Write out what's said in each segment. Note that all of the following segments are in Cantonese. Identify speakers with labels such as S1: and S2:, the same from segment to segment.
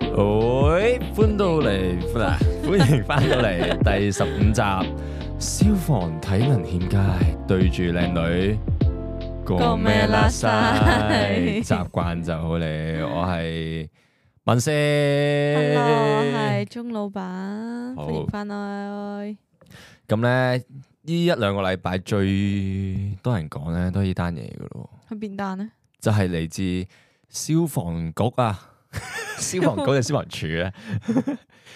S1: 喂，翻到嚟嗱，歡迎翻到嚟第十五集《消防體能欠佳》，對住靚女講咩啦晒，習慣就好你，我係文先
S2: Hello，我係鐘老闆，
S1: 好
S2: 歡迎翻嚟。
S1: 咁咧，呢一兩個禮拜最多人講咧，都係呢單嘢噶咯，
S2: 去邊啊單呢？
S1: 就係嚟自消防局 啊，消防局定消防處咧。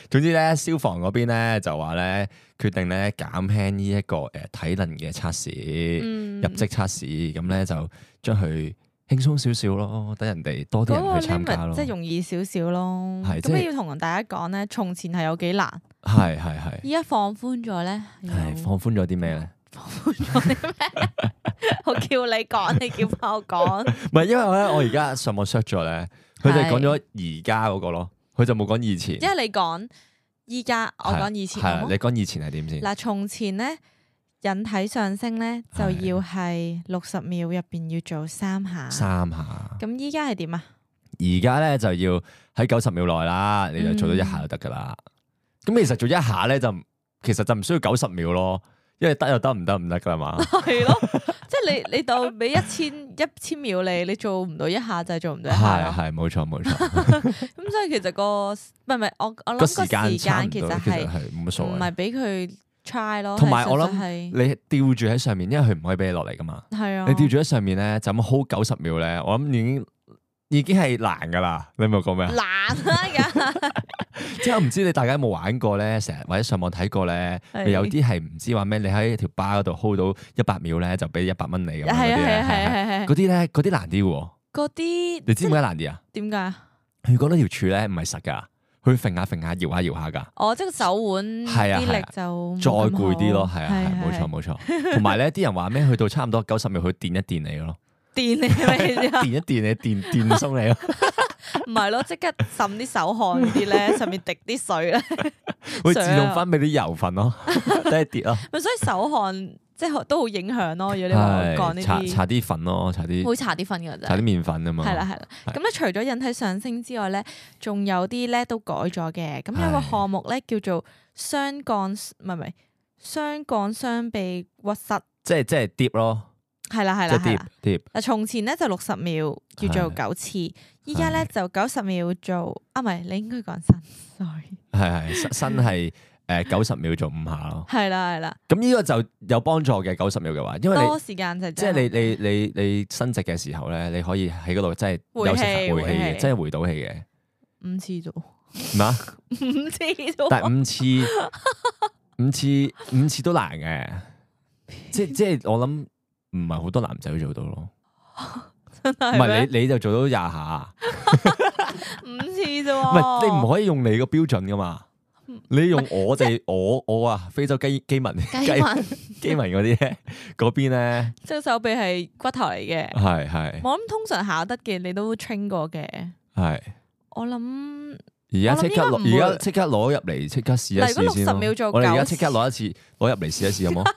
S1: 總之咧，消防嗰邊咧就話咧，決定咧減輕呢一個誒、呃、體能嘅測試、
S2: 嗯
S1: 入職測試，咁咧就將佢輕鬆少少咯，等人哋多啲
S2: 嗰個
S1: 人去參加
S2: limit
S1: 咯
S2: 即係。容易少少咯。
S1: 係即
S2: 咁
S1: 係
S2: 你要同大家講呢，從前係有幾難，
S1: 係係係
S2: 依家放寬咗呢，
S1: 係
S2: 有
S1: 放寬咗啲咩咧？
S2: 我叫你 講，你叫翻我講。
S1: 唔係因為咧，我而家上網 search 咗咧，佢就
S2: 係
S1: 講咗而家嗰個咯，佢就冇講以前。
S2: 因為你講依家，我講以前
S1: 係啊
S2: 好，冇
S1: 你講以前係點先？
S2: 嗱，從前呢，引體上升呢，就
S1: 係
S2: 要係六十秒入邊要做三下。
S1: 三下，而
S2: 咁依家係點啊？
S1: 家咧就要喺九十秒內啦，
S2: 嗯
S1: 你就做到一下就得噶啦。咁、其實做一下咧就唔其實就唔需要九十秒咯，因為得又得，唔得唔得噶啦 嘛。
S2: 係咯，即係你你到俾一千一千秒你，你做唔到一下就係做唔到一下
S1: 係
S2: 啦。
S1: 係冇錯冇 錯，
S2: 咁所以其實個唔係唔係我我諗
S1: 個
S2: 個
S1: 時間
S2: 時
S1: 差唔
S2: 間其
S1: 多，
S2: 實
S1: 其實
S2: 係
S1: 係冇乜所
S2: 唔
S1: 謂。
S2: 係俾佢 try 咯，
S1: 同埋
S2: 係純
S1: 我諗
S2: 粹係
S1: 你吊住喺上面，因為佢唔可以俾你落嚟噶嘛。
S2: 係啊，
S1: 你吊住喺上面咧，就咁 hold 九十秒咧，我諗已經已經係難噶啦。你明我講咩啊？
S2: 難啦㗎，
S1: 即係我唔知你大家有冇玩過咧，成日或者上網睇過咧，
S2: 係
S1: 咪有啲係唔知話咩，你喺條巴嗰度 hold 到一百秒咧，就俾一百蚊你咁樣
S2: 係
S1: 嗰啲
S2: 啊係
S1: 咧
S2: 啊
S1: 係係
S2: 係係
S1: 嗰
S2: 係
S1: 啲咧，嗰啲難啲喎。
S2: 嗰啲
S1: 你知唔知點解難啲啊？
S2: 點解啊？
S1: 佢覺得條柱咧唔係實㗎，佢揈下揈下搖下搖下㗎，
S2: 哦，即係個手腕
S1: 係啊
S2: 啲
S1: 係
S2: 力
S1: 啊
S2: 就
S1: 再攰啲咯，係
S2: 嗯係
S1: 啊係啊，冇錯，冇錯。同埋咧，啲人話咩去到差唔多九十秒，佢電一電你 咯，
S2: 電你 咪知啊
S1: 電一電你，電電鬆你 咯。
S2: 唔係咯，即刻滲啲手汗嗰啲咧，上面滴啲水咧，
S1: 會
S2: 想啊
S1: 自動分泌啲油分咯，
S2: 啊
S1: 得一跌咯，
S2: 咪所以手汗即係都好影響咯。如果你話我講
S1: 係
S2: 呢
S1: 搽
S2: 啲。
S1: 搽啲粉咯，搽啲
S2: 會搽啲粉㗎
S1: 搽啲
S2: 啫。
S1: 麵粉啊嘛，
S2: 係啦，係啦。
S1: 係
S2: 咁咧，除咗引體上升之外咧，仲有啲咧都改咗嘅。咁有個
S1: 係
S2: 項目咧叫做雙槓，唔係唔係雙槓雙臂屈膝，
S1: 即係即係跌咯。
S2: 係啦係
S1: 即係
S2: 啦係
S1: 碟
S2: 啦。
S1: 碟
S2: 嗱，從前咧就六十秒要做九次，依家咧就九十秒做啊，唔係你應該講身，sorry。
S1: 係係身身係誒九十秒做五下咯。
S2: 係啦係啦，
S1: 咁呢個就有幫助嘅九十秒嘅話，因為
S2: 多
S1: 你
S2: 時間就
S1: 即係你你你你伸直嘅時候咧，你可以喺嗰度真係
S2: 回
S1: 休息
S2: 氣
S1: 回氣
S2: 回
S1: 嘅，
S2: 氣
S1: 真係回到氣嘅。
S2: 五次啫喎，
S1: 咩啊？
S2: 五次啫
S1: 但
S2: 喎，
S1: 係五次五次五次都難嘅，即即係我諗唔係好多男仔都做到咯。
S2: 真
S1: 唔
S2: 係
S1: 係
S2: 咩？
S1: 你你就做到廿下，
S2: 五次啫
S1: 唔
S2: 喎，
S1: 係你唔可以用你個標準噶嘛。
S2: 嗯
S1: 你用我 哋我我啊非洲基基民
S2: 雞紋，
S1: 基民嗰啲咧，嗰邊咧
S2: 即係手臂係骨頭嚟嘅。
S1: 係係
S2: 我諗通常考得嘅你都 train 過嘅。
S1: 係。
S2: 我諗
S1: 而家即刻
S2: 我諗
S1: 攞，
S2: 應該唔
S1: 而
S2: 會
S1: 家即刻攞入嚟，即刻試一
S2: 嗱如
S1: 試
S2: 果
S1: 先咯
S2: 60秒做
S1: 我哋而家
S2: 九
S1: 即刻攞一次，攞入嚟試一試 好冇？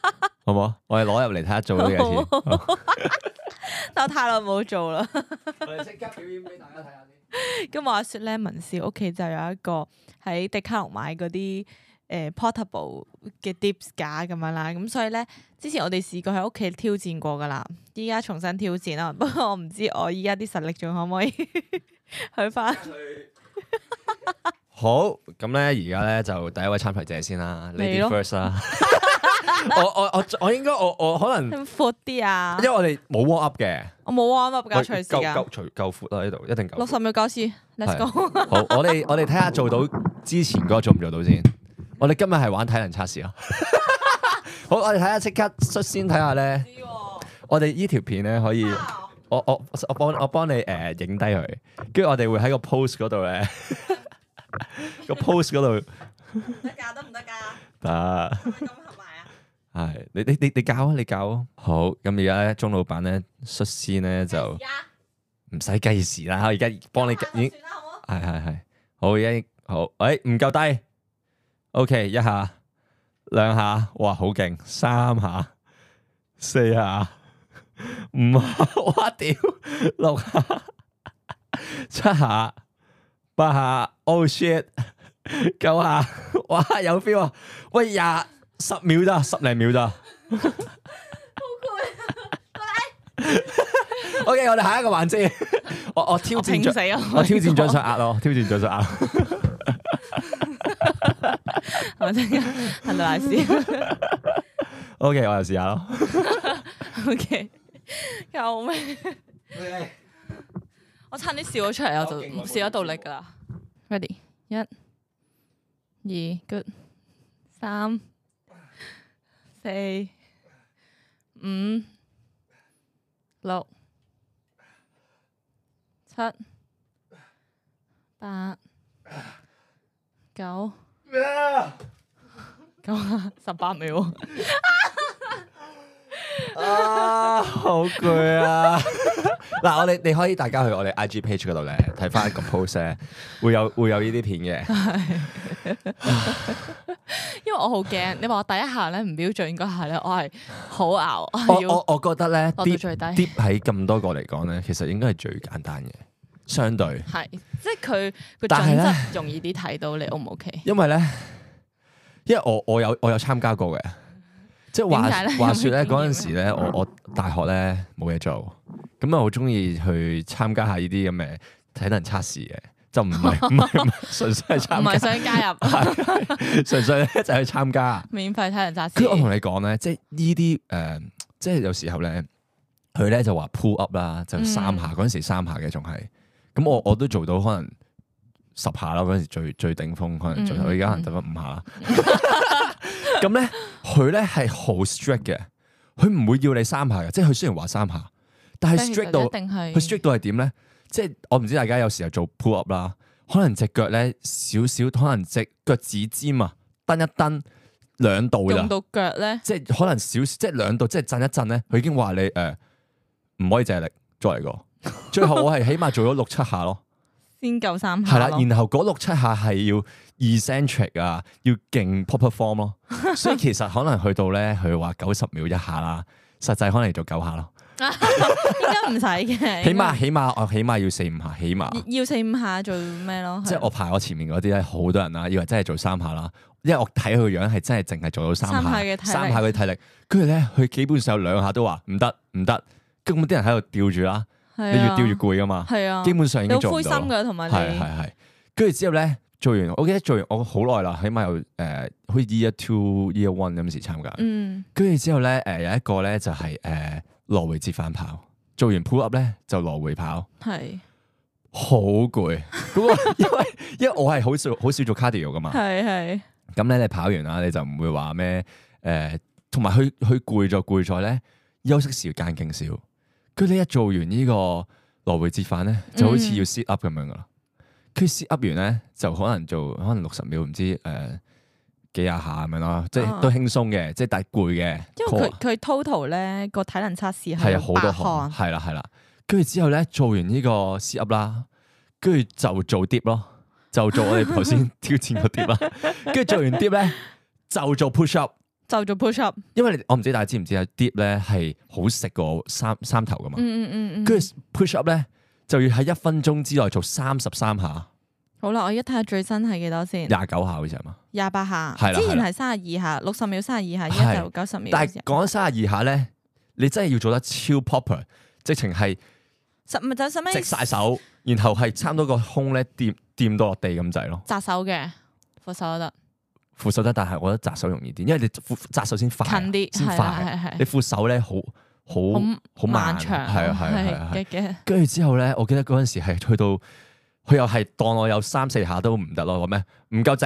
S1: 好冇？我哋攞入嚟睇下做咗幾多次。
S2: 但我太耐冇做啦。
S1: 我哋即刻表演俾大家睇下先。
S2: 咁話説咧，文少屋企就有一個喺迪卡龍買嗰啲誒 portable 嘅 dips 架咁樣啦。咁所以咧，之前我哋試過喺屋企挑戰過噶啦，依家重新挑戰啊 啦。不過我唔知我依家啲實力仲可唔可以 去翻？
S1: 好，咁咧而家咧就第一位參賽者先啦
S2: 嚟
S1: ，Lady
S2: 咯
S1: First 啦。 我我我我應該我我可 能，
S2: 闊啲啊
S1: 因！為我哋冇 warm up 嘅，
S2: 我冇 warm up 㗎，隨時
S1: 夠
S2: 㗎
S1: 夠，除夠闊啦呢度，一定夠闊。
S2: 六十秒九次
S1: 係
S2: ，let's go！
S1: 好，我哋我哋睇下做到之前嗰個做唔做到先。我哋今日係玩體能測試咯。好，我哋睇下即刻率先睇下咧。我哋呢條片咧可以，
S2: 啊
S1: 我我我幫我幫你誒影低佢，跟住我哋會喺個 post 嗰度咧，個 post 嗰度
S2: 得㗎，得唔得㗎？
S1: 得。
S2: 係咪咁合埋啊？
S1: 係你你你你教啊，你教啊。好，咁而家咧，鐘老闆咧率先咧就
S2: 而家
S1: 唔使計時啦，我而家幫你已經。
S2: 算啦，好冇？
S1: 系系系，好一好，诶唔夠低，OK 一下兩下，哇好勁，三下四下 五下，哇屌六下七下八下，oh shit，九下，哇有 feel 啊！喂廿十秒咋，十零秒咋。O K，我哋下一個環節，我我挑
S2: 我
S1: 戰
S2: 拼
S1: 掌
S2: 死啊！
S1: 我挑戰掌上壓咯，挑戰掌上壓。
S2: 係咪先？係咪先
S1: O K，我又試下咯。
S2: ？OK，救命！我差啲笑咗出嚟，我就笑咗到力噶啦。Ready，一、二，good，三、四、五、六、七、八、九、九啊，十八秒。
S1: 啊，好攰啊！嗱，我哋你可以大家去我哋 I G page 嗰度咧睇翻個 post 咧，會有會有呢啲片嘅。
S2: 因為我好驚，你話我第一下咧唔標準嗰下咧，我係好熬，
S1: 我
S2: 我要
S1: 我我覺得咧
S2: 落到
S1: ，deep
S2: 最低，
S1: deep 喺咁多個嚟講咧，其實應該係最簡單嘅，相對。
S2: 係即係佢個
S1: 但係
S2: 準
S1: 呢
S2: 則容易啲睇到你 O 唔 O K？
S1: 因為咧，因為我我有我有參加過嘅，即係話
S2: 點解呢
S1: 話説咧
S2: 有咩經驗
S1: 嗰陣時咧，我我大學咧冇嘢做，咁啊好中意去參加下呢啲咁嘅體能測試嘅，就唔係 唔係唔係純粹係
S2: 唔
S1: 參
S2: 係
S1: 加，
S2: 想加入
S1: 純粹咧就係去參加。
S2: 免費體能測
S1: 跟住我
S2: 試，
S1: 同你講咧，即係呢啲誒，即係有時候咧，佢咧就話 pull up 啦，
S2: 嗯
S1: 就三下嗰陣時三下嘅仲係，咁我我都做到可能十下啦，嗰陣時最最頂峰可能做到，
S2: 嗯嗯
S1: 我而家可能得翻五下啦。 咁咧佢咧係好 strict 嘅，佢唔會要你三下嘅，即係佢雖然話三下，但係
S2: 即
S1: strict
S2: 係其實
S1: 到
S2: 一定係
S1: 佢 strict 到係點咧？即係我唔知大家有時候做 pull up 啦，可能只腳咧少少，可能只腳趾尖啊，蹬一蹬兩度咋
S2: 用。到腳咧，
S1: 即係可能少，即係兩度，即係震一震咧，佢已經話你誒唔、可以借力，再嚟過。最後我係起碼做咗六七下咯，
S2: 先夠三
S1: 係
S2: 下
S1: 啦，
S2: 咯。
S1: 然後嗰六七下係要 eccentric 啊，要勁 proper form 咯，所以其實可能去到咧，佢話九十秒一下啦，實際可能做九下咯，
S2: 應該唔使嘅，
S1: 起碼起碼我起碼要四五下，起碼
S2: 應該要四五下做咩咯？啊
S1: 即係我排我前面嗰啲咧，好多人啦，以為真係做三下啦，因為我睇佢個樣係真係淨係做到三
S2: 三下嘅體力
S1: 三下嘅體力，跟住咧佢基本上有兩下都話唔得唔得，根本啲人喺度吊住啦，
S2: 係
S1: 你
S2: 啊
S1: 越吊越攰噶嘛，
S2: 係啊，
S1: 基本上已
S2: 你
S1: 經做
S2: 好灰
S1: 唔
S2: 心
S1: 到啦，
S2: 㗎，同埋
S1: 係係
S2: 你
S1: 係，跟住之後咧做完，我記得做完我好耐啦，起碼有誒、呃好似 year two year one 咁時參加，
S2: 嗯
S1: 跟住之後咧誒、呃有一個咧就係、呃來回折返跑，做完 pull up 咧就來回跑。
S2: 係
S1: 好攰，咁我 因為因為我係好少好少做 cardio 噶嘛，
S2: 係係
S1: 咁咧你跑完啦，你就唔會話咩誒，同埋佢佢攰咗攰咗咧，休息時間勁少，佢你一做完呢個來回折返咧，
S2: 嗯
S1: 就好似要 sit up 咁樣噶啦，佢 sit up 完咧就可能做可能六十秒唔知誒、呃、幾廿下咁樣啦，即係
S2: 啊
S1: 都輕鬆嘅，即係但係攰嘅，
S2: 因為佢佢 total 咧個體能測
S1: 係
S2: 試係
S1: 啊，
S2: 有
S1: 好
S2: 八
S1: 多
S2: 項
S1: 項，。係啦係啦，跟住之後咧做完呢個 sit up 啦，跟住就做 dip 咯，就做我哋頭 先挑戰個 dip 啦，跟住做完 dip 咧就做 push up，
S2: 就做 push up，
S1: 因為你我唔知大家知唔知啊，dip 咧係好食過三三頭噶嘛，
S2: 嗯嗯嗯嗯，
S1: 跟住 push up 咧就要喺一分鐘之內做三十三下，
S2: 好啦，我而家睇下最新係幾多先，
S1: 廿九下好似係嘛，
S2: 廿八下，
S1: 係啦
S2: 之前
S1: 係啦
S2: 係三十二下，六十秒三十二下，而家就九十秒。
S1: 但係講三十二下咧，你真係要做得超 proper，直情係
S2: 十咪就十咩
S1: 直晒手，然後係差唔多個胸咧掂掂到落地咁滯咯。
S2: 扎手嘅，副手都得，
S1: 扶手得，但係我覺得扎手容易啲，因為你扶扎手先快啊，
S2: 近啲
S1: 先快
S2: 係啦
S1: 啊。
S2: 係
S1: 你
S2: 係
S1: 扶手咧，好好
S2: 好
S1: 好慢，
S2: 漫長
S1: 係啊係啊係啊係啊。
S2: 嘅嘅，
S1: 跟住之後咧，我記得嗰陣時係去到，佢又係當我有三四下都唔得咯，話咩唔夠直，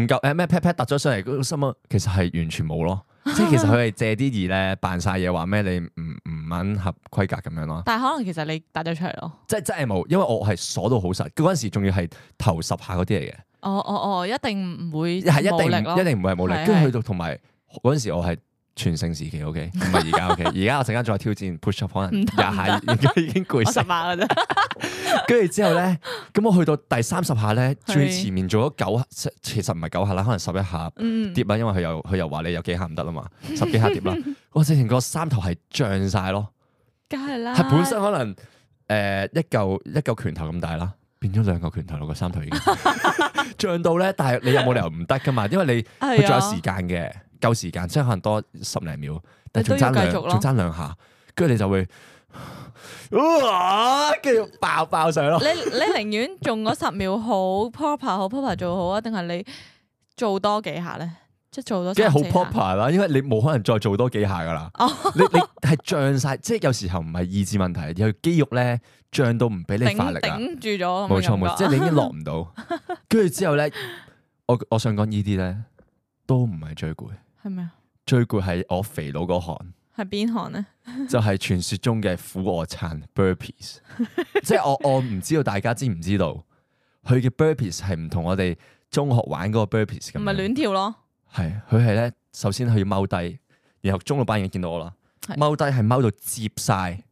S1: 唔夠誒咩 pat pat 突咗上嚟，嗰個心啊，其實係完全冇咯。即係其實佢係借啲意咧，扮晒嘢話咩你唔唔吻合規格咁樣咯，
S2: 但係可能其實你打咗出嚟咯。
S1: 即係真係冇，因為我係鎖到好實，嗰陣時仲要係頭十下嗰啲嚟嘅。
S2: 哦哦哦，一定唔會
S1: 係一
S2: 冇力
S1: 定
S2: 咯
S1: 一定唔係冇力，跟
S2: 係
S1: 住
S2: 係
S1: 去到同埋嗰陣時我係全盛時期，OK，唔係而家 OK，而家我陣間再挑戰 push up，可能
S2: 唔
S1: 廿
S2: 得
S1: 下已經已經攰
S2: 我十
S1: 晒，
S2: 下嘅 啫，
S1: 跟住之後咧，咁我去到第三十下咧，
S2: 係
S1: 最前面做咗九下，其實唔係九下啦，可能十一下
S2: 嗯，
S1: 跌啦，啊因為佢又佢又話你有幾下唔得啦嘛，十幾下 跌啦，我直情個三頭係脹晒咯，
S2: 梗係啦，
S1: 係本身可能誒一嚿一嚿拳頭咁大啦，變咗兩個拳頭落個三頭已 經漲到咧，但係你有冇理由唔得噶嘛？因為你佢
S2: 係
S1: 仲有
S2: 啊
S1: 時間嘅，夠時間，即係可能多十零秒，但係
S2: 你都
S1: 仲爭
S2: 要
S1: 兩
S2: 繼續咯
S1: 仲爭兩下，跟住你就會啊，跟住爆爆上咯。
S2: 你你寧願中嗰十秒好 proper 好 proper 做好啊，定係你做多幾下咧？即係做多
S1: 梗係
S2: 三
S1: 好
S2: 四下
S1: proper 啦，因為你冇可能再做多幾下噶啦。
S2: 哦
S1: 你你係漲晒，即係有時候唔係意志問題，有肌肉咧漲到唔俾你發力
S2: 頂
S1: 啊。
S2: 頂住咗咁
S1: 冇
S2: 嘅
S1: 錯
S2: 感覺，
S1: 冇錯，即係你已經落唔到。跟住之後咧，我我想講呢啲咧都唔係最攰，
S2: 係咪啊？
S1: 最攰係我肥佬嗰行，
S2: 係邊行咧？
S1: 就係傳說中嘅俯卧撐 burpees。即 係我我唔知道大家知唔知道，佢嘅 burpees 係唔同我哋中學玩嗰個 burpees 咁
S2: 唔
S1: 樣。
S2: 係亂跳咯，
S1: 係佢係咧，首先佢要踎低，然後中老班已經見到我啦，
S2: 係
S1: 踎低係踎到接晒，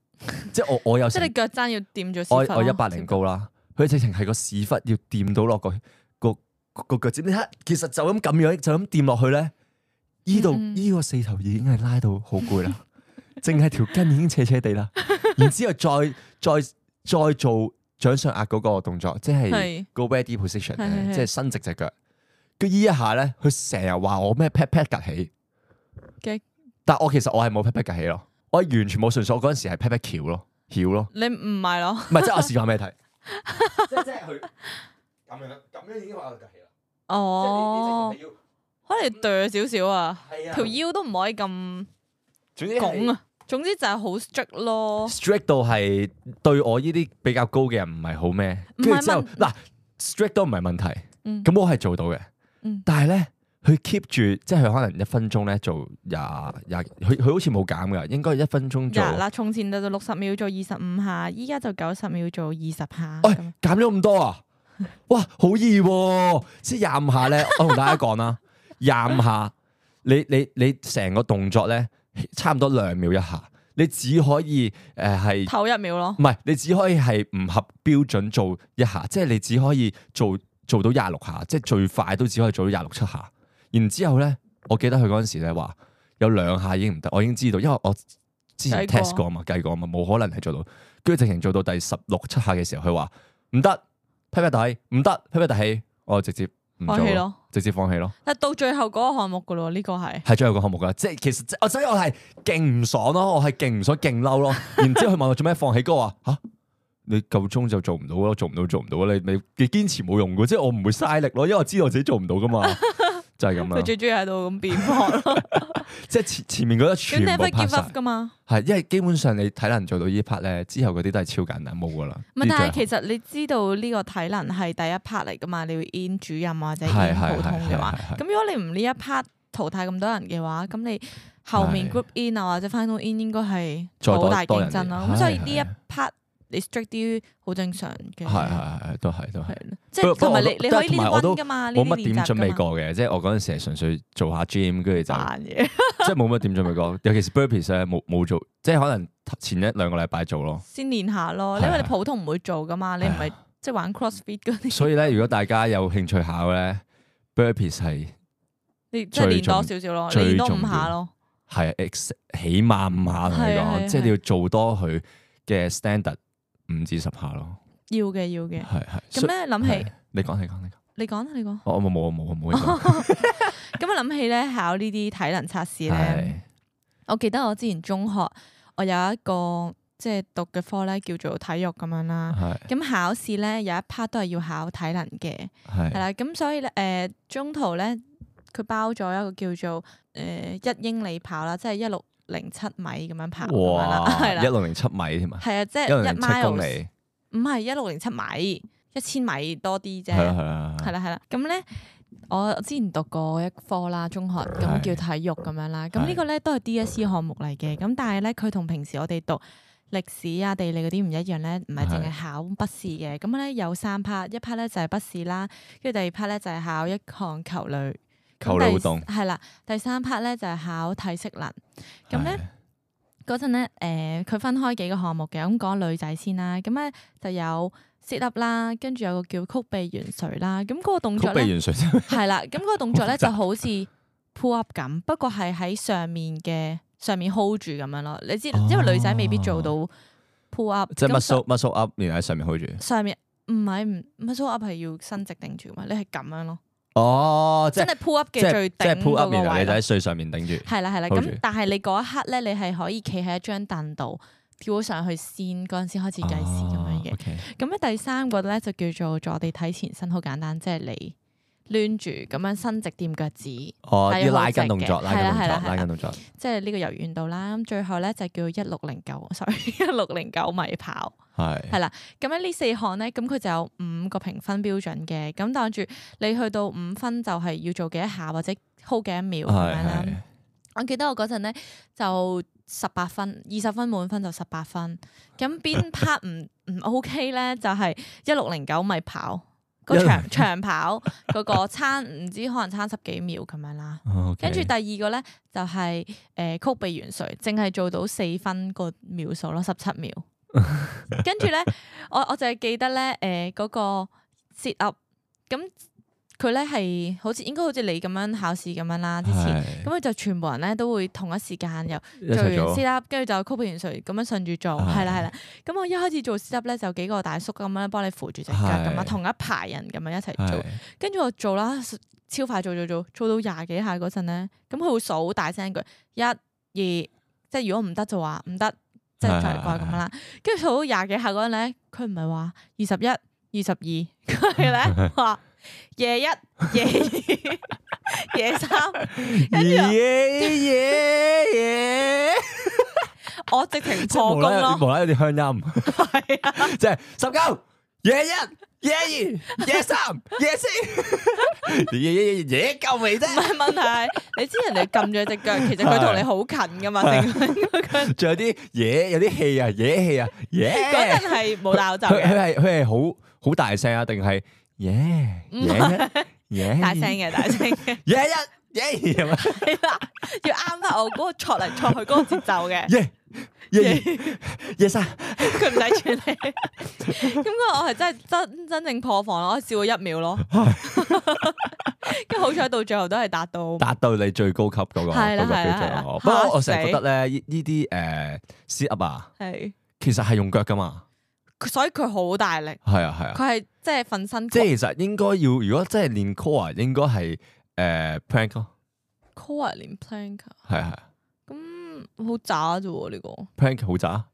S1: 即係我我 有
S2: 即
S1: 成
S2: 係你腳踭要掂住屎
S1: 我
S2: 忽
S1: 我
S2: 咯
S1: 一百零高啦，佢直情係個屎忽要掂到落個個個個腳趾，你睇下，其實就咁咁樣就咁掂落去咧，呢度
S2: 嗯嗯
S1: 呢個四頭已經係拉到好攰啦， 淨係條筋已經斜斜地啦，然之後再再再做掌上壓嗰個動作，即係
S2: 係
S1: 個 ready position
S2: 係係
S1: 咧，
S2: 係
S1: 即係伸直只腳。佢呢一下咧，佢成日話我咩 pat pat 趌起
S2: 嘅，
S1: 但我其實我係冇 pat pat 趌起咯，我係完全冇信數，我嗰陣時係 pat pat 翹咯，翹咯。
S2: 你唔係 咯？
S1: 唔係，即係我試過俾你睇，即係即係佢咁樣，咁樣已經話我起啦。
S2: 哦，
S1: 即係呢
S2: 可能要剁少少啊，
S1: 啲係要係啊
S2: 條腰都唔可以咁
S1: 總之
S2: 拱
S1: 係
S2: 啊。總之就係好 strict 咯，
S1: ，strict 到係對我呢啲比較高嘅人唔係好咩，
S2: 唔係
S1: 跟住之後
S2: 問
S1: 嗱 strict 都唔係問題，
S2: 嗯
S1: 咁我係做到嘅
S2: 嗯，
S1: 但係咧。佢 keep 住，即係佢可能一分鐘咧做廿廿，佢佢好似冇減㗎，應該係一分鐘做，
S2: 嗱嗱，從前就六十秒做二十五下，依家就九十秒做二十下
S1: 喂
S2: 咁。
S1: 減咗咁多啊！哇，好易喎、即係廿五下咧，我同大家講啦，廿五下，你你你成個動作咧，差唔多兩秒一下，你只可以誒係
S2: 唞一秒咯
S1: 唔，係？你只可以係唔合標準做一下，即係你只可以做做到廿六下，即係最快都只可以做到廿六七下。然之後咧，我記得佢嗰陣時咧話有兩下已經唔得，我已經知道，因為我之前
S2: 計過
S1: test 過啊嘛，計過啊嘛，冇可能係做到。跟住直情做到第十六七下嘅時候，佢話唔得，批批底，唔得，批批底，我直接唔
S2: 放
S1: 做咯，
S2: 棄咯。
S1: 直接放棄咯。
S2: 但到最後嗰個項目噶咯，呢個係
S1: 係最後一個項目㗎，即係其實即我所以我係勁唔爽咯，我係勁唔爽勁嬲 咯。然之後佢問我做咩放棄，哥話吓你夠鐘就做唔到咯，做唔到做唔到，你你你堅持冇用㗎，即係我唔會嘥力咯，因為我知道我自己做唔到噶嘛， 就係咁
S2: 佢
S1: 啦。
S2: 最中意喺度咁變化咯，
S1: 即係前前面嗰啲
S2: 佢
S1: 全部啊拍
S2: never give
S1: 晒
S2: up，噶嘛。
S1: 係因為基本上你體能做到呢 part 咧，之後嗰啲都係超簡單冇㗎啦。
S2: 唔係，但係
S1: 實
S2: 其實你知道呢個體能係第一 part 嚟噶嘛，你要 in 主任或者
S1: 係
S2: in
S1: 係
S2: 普通嘅話
S1: 係係係，係
S2: 咁如果你唔呢一 part 淘汰咁多人嘅話，咁你後面
S1: 係
S2: group in 啊或者 final in 應該係
S1: 再多
S2: 好大
S1: 多
S2: 競
S1: 人
S2: 爭啦。
S1: 嚟
S2: 咁所
S1: 係
S2: 以呢
S1: 係
S2: 一 part 你 strict 啲好正常嘅，
S1: 係係係都係都係。
S2: 係咯即
S1: 不
S2: 係
S1: 不過
S2: 同埋你
S1: 我都
S2: 你可以
S1: 同
S2: 呢
S1: 埋我
S2: 啲
S1: 都
S2: 温噶嘛，呢
S1: 冇
S2: 啲
S1: 乜點
S2: 練
S1: 準
S2: 習㗎
S1: 備
S2: 嘛
S1: 過嘅，即係我嗰陣時係純粹做下 gym，跟住就。
S2: 扮嘢，
S1: 即係冇乜點準備過，尤其是 burpees 咧冇冇做，即係可能前一兩個禮拜做咯。
S2: 先練下咯，
S1: 係
S2: 因為你
S1: 係
S2: 普通唔會做噶嘛，你唔係即係玩 CrossFit 嗰啲，
S1: 所以咧，如果大家有興趣考咧，burpees 係
S2: 你即係
S1: 最
S2: 練多
S1: 重
S2: 少少咯，
S1: 最
S2: 你練多
S1: 重
S2: 五下
S1: 要
S2: 咯，
S1: 係 ex 起碼五下同你
S2: 係啊係
S1: 講，
S2: 啊
S1: 即係你要做多佢嘅 standard 五至十下咯。
S2: 要嘅要嘅。
S1: 係係。
S2: 咁咧諗起
S1: 係，你講你講你講，
S2: 你講啦，啊你講。
S1: 我我冇冇冇冇嘢
S2: 咁啊我諗起咧考呢啲體能測
S1: 講。
S2: 試咧，
S1: 係
S2: 我記得我之前中學我有一個即係讀嘅科咧叫做體育咁樣啦。
S1: 係
S2: 咁考試咧有一 part 都係要考體能嘅，係
S1: 係
S2: 啦。咁所以咧誒、呃中途咧佢包咗一個叫做誒、呃一英里跑啦，即係一六零七米咁樣跑咁樣啦，係
S1: 哇！
S2: 啦
S1: 一，六零七米添啊，
S2: 係啊，即係
S1: 一六
S2: 一
S1: 零七公
S2: mile
S1: 里，
S2: 唔係一六零七米，一千米多啲啫。
S1: 係啦係啦
S2: 係
S1: 係啦，
S2: 啦係啦，咁咧我之前讀過一科啦，中學咁
S1: 係
S2: 叫體育咁樣啦，咁
S1: 係
S2: 呢個咧都係 DSE 項目嚟嘅，咁但係咧佢同平時我哋讀歷史啊、地理嗰啲唔一樣咧，唔係淨係
S1: 係
S2: 考筆試嘅，咁咧有三 part，一 part 咧就係筆試啦，跟住第二 part 咧就係考一項球類，
S1: 球類活動
S2: 係啦，第三 part 咧就係考體適能，咁咧。嗰陣咧，誒、佢分開幾個項目嘅，咁講女仔先啦，咁咧就有 sit up 啦，跟住有個叫曲臂懸垂啦，咁嗰個動
S1: 曲
S2: 作
S1: 臂
S2: 咧
S1: 完水真
S2: 係啦，咁嗰個動作
S1: 好
S2: 咧
S1: 複雜
S2: 就好似 pull up 咁，不過係喺上面嘅上面 hold 住咁樣咯。你知，因為女仔未必做到 pull up，
S1: 哦即係
S2: 咁
S1: muscle muscle up，然後喺上面 hold 住。
S2: 上面唔係唔唔係 pull up 係要伸直定住嘛？你係咁樣咯，
S1: 哦，即
S2: 真
S1: 係
S2: 係 pull up
S1: 即
S2: 嘅最
S1: 係即
S2: 頂
S1: 係 pull
S2: 嗰
S1: up，
S2: 個
S1: 然後
S2: 位
S1: 你就
S2: 咯
S1: 喺。碎上面頂住。
S2: 係啦係啦，
S1: hold 住
S2: 咁但係你嗰一刻咧，你係可以企喺一張凳度跳咗上去先，嗰陣時開始計時咁樣嘅
S1: 哦。，OK
S2: 咁咧第三個咧就叫做坐地睇前伸，好簡單，即係你攣住咁樣伸直掂腳趾，即
S1: 哦，
S2: 係
S1: 要
S2: 好
S1: 拉
S2: 直
S1: 筋動作，
S2: 嘅
S1: 拉
S2: 係
S1: 筋
S2: 啦
S1: 動
S2: 係啦
S1: 作，拉
S2: 係啦
S1: 筋動作。
S2: 係呢個柔軟度啦。咁最後咧就叫一六零九，sorry 一六零九米跑。
S1: 係
S2: 係咁樣呢四項咧，咁佢就有五個評分標準嘅。咁當住你去到五分就係要做幾多下或者 hold 幾多秒咁樣啦。
S1: 係
S2: 我記得我嗰陣咧就十八分，二十分滿分就十八分。咁邊 part 唔唔 OK 咧？就係一六零九米跑個長長跑嗰個差唔知可能差十幾秒咁樣啦。
S1: 係，
S2: 跟住第二個咧就係、誒、曲臂懸垂，淨係做到四分個秒數咯，十七 秒。跟住咧，我我就係記得咧誒嗰個 sit up，咁佢咧係好似應該好似你咁樣考試咁樣啦，之前。咁
S1: 前
S2: 佢就全部人咧都會同一時間又
S1: 一齊
S2: 做完
S1: 做
S2: sit up，跟住就 copy 完水咁樣順住做，
S1: 係
S2: 係啦係啦。咁我一開始做 sit up 咧，就幾個大叔咁樣幫你扶住隻腳
S1: 係
S2: 咁啊，同一排人咁樣一齊做
S1: 係。
S2: 跟住我做啦，超快做做做，做到廿幾下嗰陣咧，咁佢會數好大聲一句一二，即係如果唔得就話唔得，即係再
S1: 係係
S2: 過咁樣啦。跟住數到廿幾下嗰陣咧，佢唔係話二十一、二十二，佢係 咧話夜一、夜二、夜三。跟住
S1: 耶耶耶！
S2: 我直情
S1: 即係
S2: 破
S1: 無
S2: 功
S1: 啦啦
S2: 咯，
S1: 無啦啦有啲鄉音。
S2: 係啊，
S1: 即係十九、廿一、廿二、廿三、廿四、 廿一、廿夠未
S2: 唔
S1: 啫？
S2: 係問題係，你知人哋撳咗只腳，其實佢同你好近噶嘛，成個人嗰
S1: 仲有啲嘢，有啲氣啊，嘢氣啊，
S2: 陣
S1: 耶！
S2: 係冇戴口罩
S1: 佢佢
S2: 嘅，
S1: 係佢係好好大聲啊，定係耶
S2: 唔
S1: 耶耶
S2: 嗯 大聲嘅，大聲嘅，
S1: 耶一耶咁 啊
S2: 係啦，要啱翻我嗰個戳嚟戳去嗰個節 奏嘅，
S1: 耶耶二耶三
S2: 佢唔使處理。咁我我係真係真真正破防咯，我笑咗一秒咯，跟住好彩到最後都係 達到，
S1: 達到你最高級嗰個
S2: 係
S1: 嗰
S2: 啦
S1: 個標
S2: 係啦係
S1: 準
S2: 啦
S1: 咯。不過我
S2: 嚇
S1: 成
S2: 死
S1: 日覺得咧，呢呢啲誒 sit up 啊，
S2: 係，
S1: 其實係用腳噶嘛，
S2: 所以佢好大力，
S1: 係啊係啊。
S2: 佢係即係瞓身
S1: 即係其實應該要，如果真係練 core，應該係誒 plank 咯，
S2: core 連 plank 啊
S1: 係係
S2: 咁好渣啫喎呢個。
S1: plank 好渣，